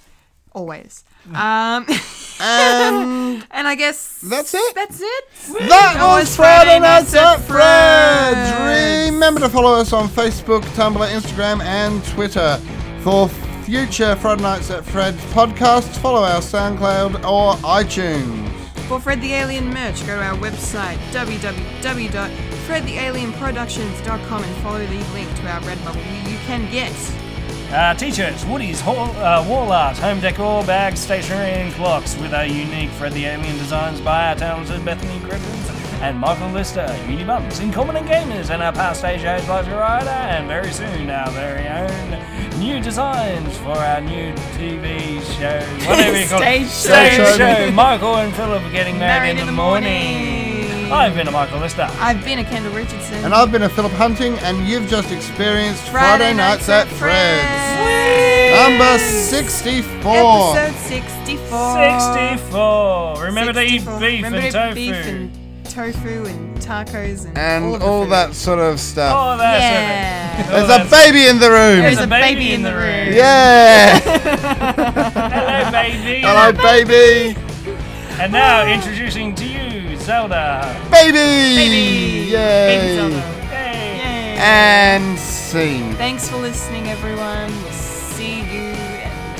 C: always. Um,
A: and
C: and I guess
A: That's it.
C: That's it.
A: that was Friday Nights at
C: Fred's.
A: Fred's. Remember to follow us on Facebook, Tumblr, Instagram, and Twitter for future Friday Nights at Fred's podcasts. Follow our SoundCloud or iTunes.
C: For Fred the Alien merch, go to our website www.fredthealienproductions.com and follow the link to our Redbubble where you can get.
B: Uh, t-shirts, woodies, hall, uh, wall art, home decor, bags, stationery, and clocks with our unique Fred the Alien designs by our talented Bethany Griffins and Michael Lister, Unibums, Incommon and Gamers, and our past Asia host Liza Ryder, and very soon our very own new designs for our new TV show, whatever you call
C: Stage
B: it,
C: show.
A: Stage
B: stage
A: show.
B: show. Michael and Philip are getting married, in, the, morning. I've been a Michael Lister.
C: I've been a Kendall Richardson.
A: And I've been a Philip Hunting, and you've just experienced Friday, Nights at Fred's. Number 64.
C: Episode 64.
B: 64. Remember to
C: 64.
B: eat beef
C: Remember
B: and
C: to
B: tofu.
C: eat beef and tofu and tacos and, all, of
A: And
C: the
A: all
C: food.
A: that sort of stuff.
B: Oh, that's
C: Yeah.
B: it. Oh,
A: There's a
B: that's-
A: baby in the
C: There's
A: room.
C: a baby in the room.
A: Yeah!
B: Hello, baby.
A: Hello, baby!
B: And now introducing to you Zelda.
A: Baby!
C: Baby. Baby
A: Yay!
C: Zelda.
B: Hey.
C: Yay.
A: And scene.
C: Thanks for listening, everyone. We'll see you and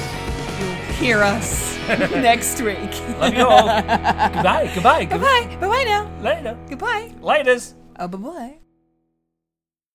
C: you'll hear us next week.
B: Love you all. goodbye. Goodbye.
C: Bye bye. Bye bye now.
B: Later.
C: Goodbye.
B: Laters.
C: Oh, bye bye.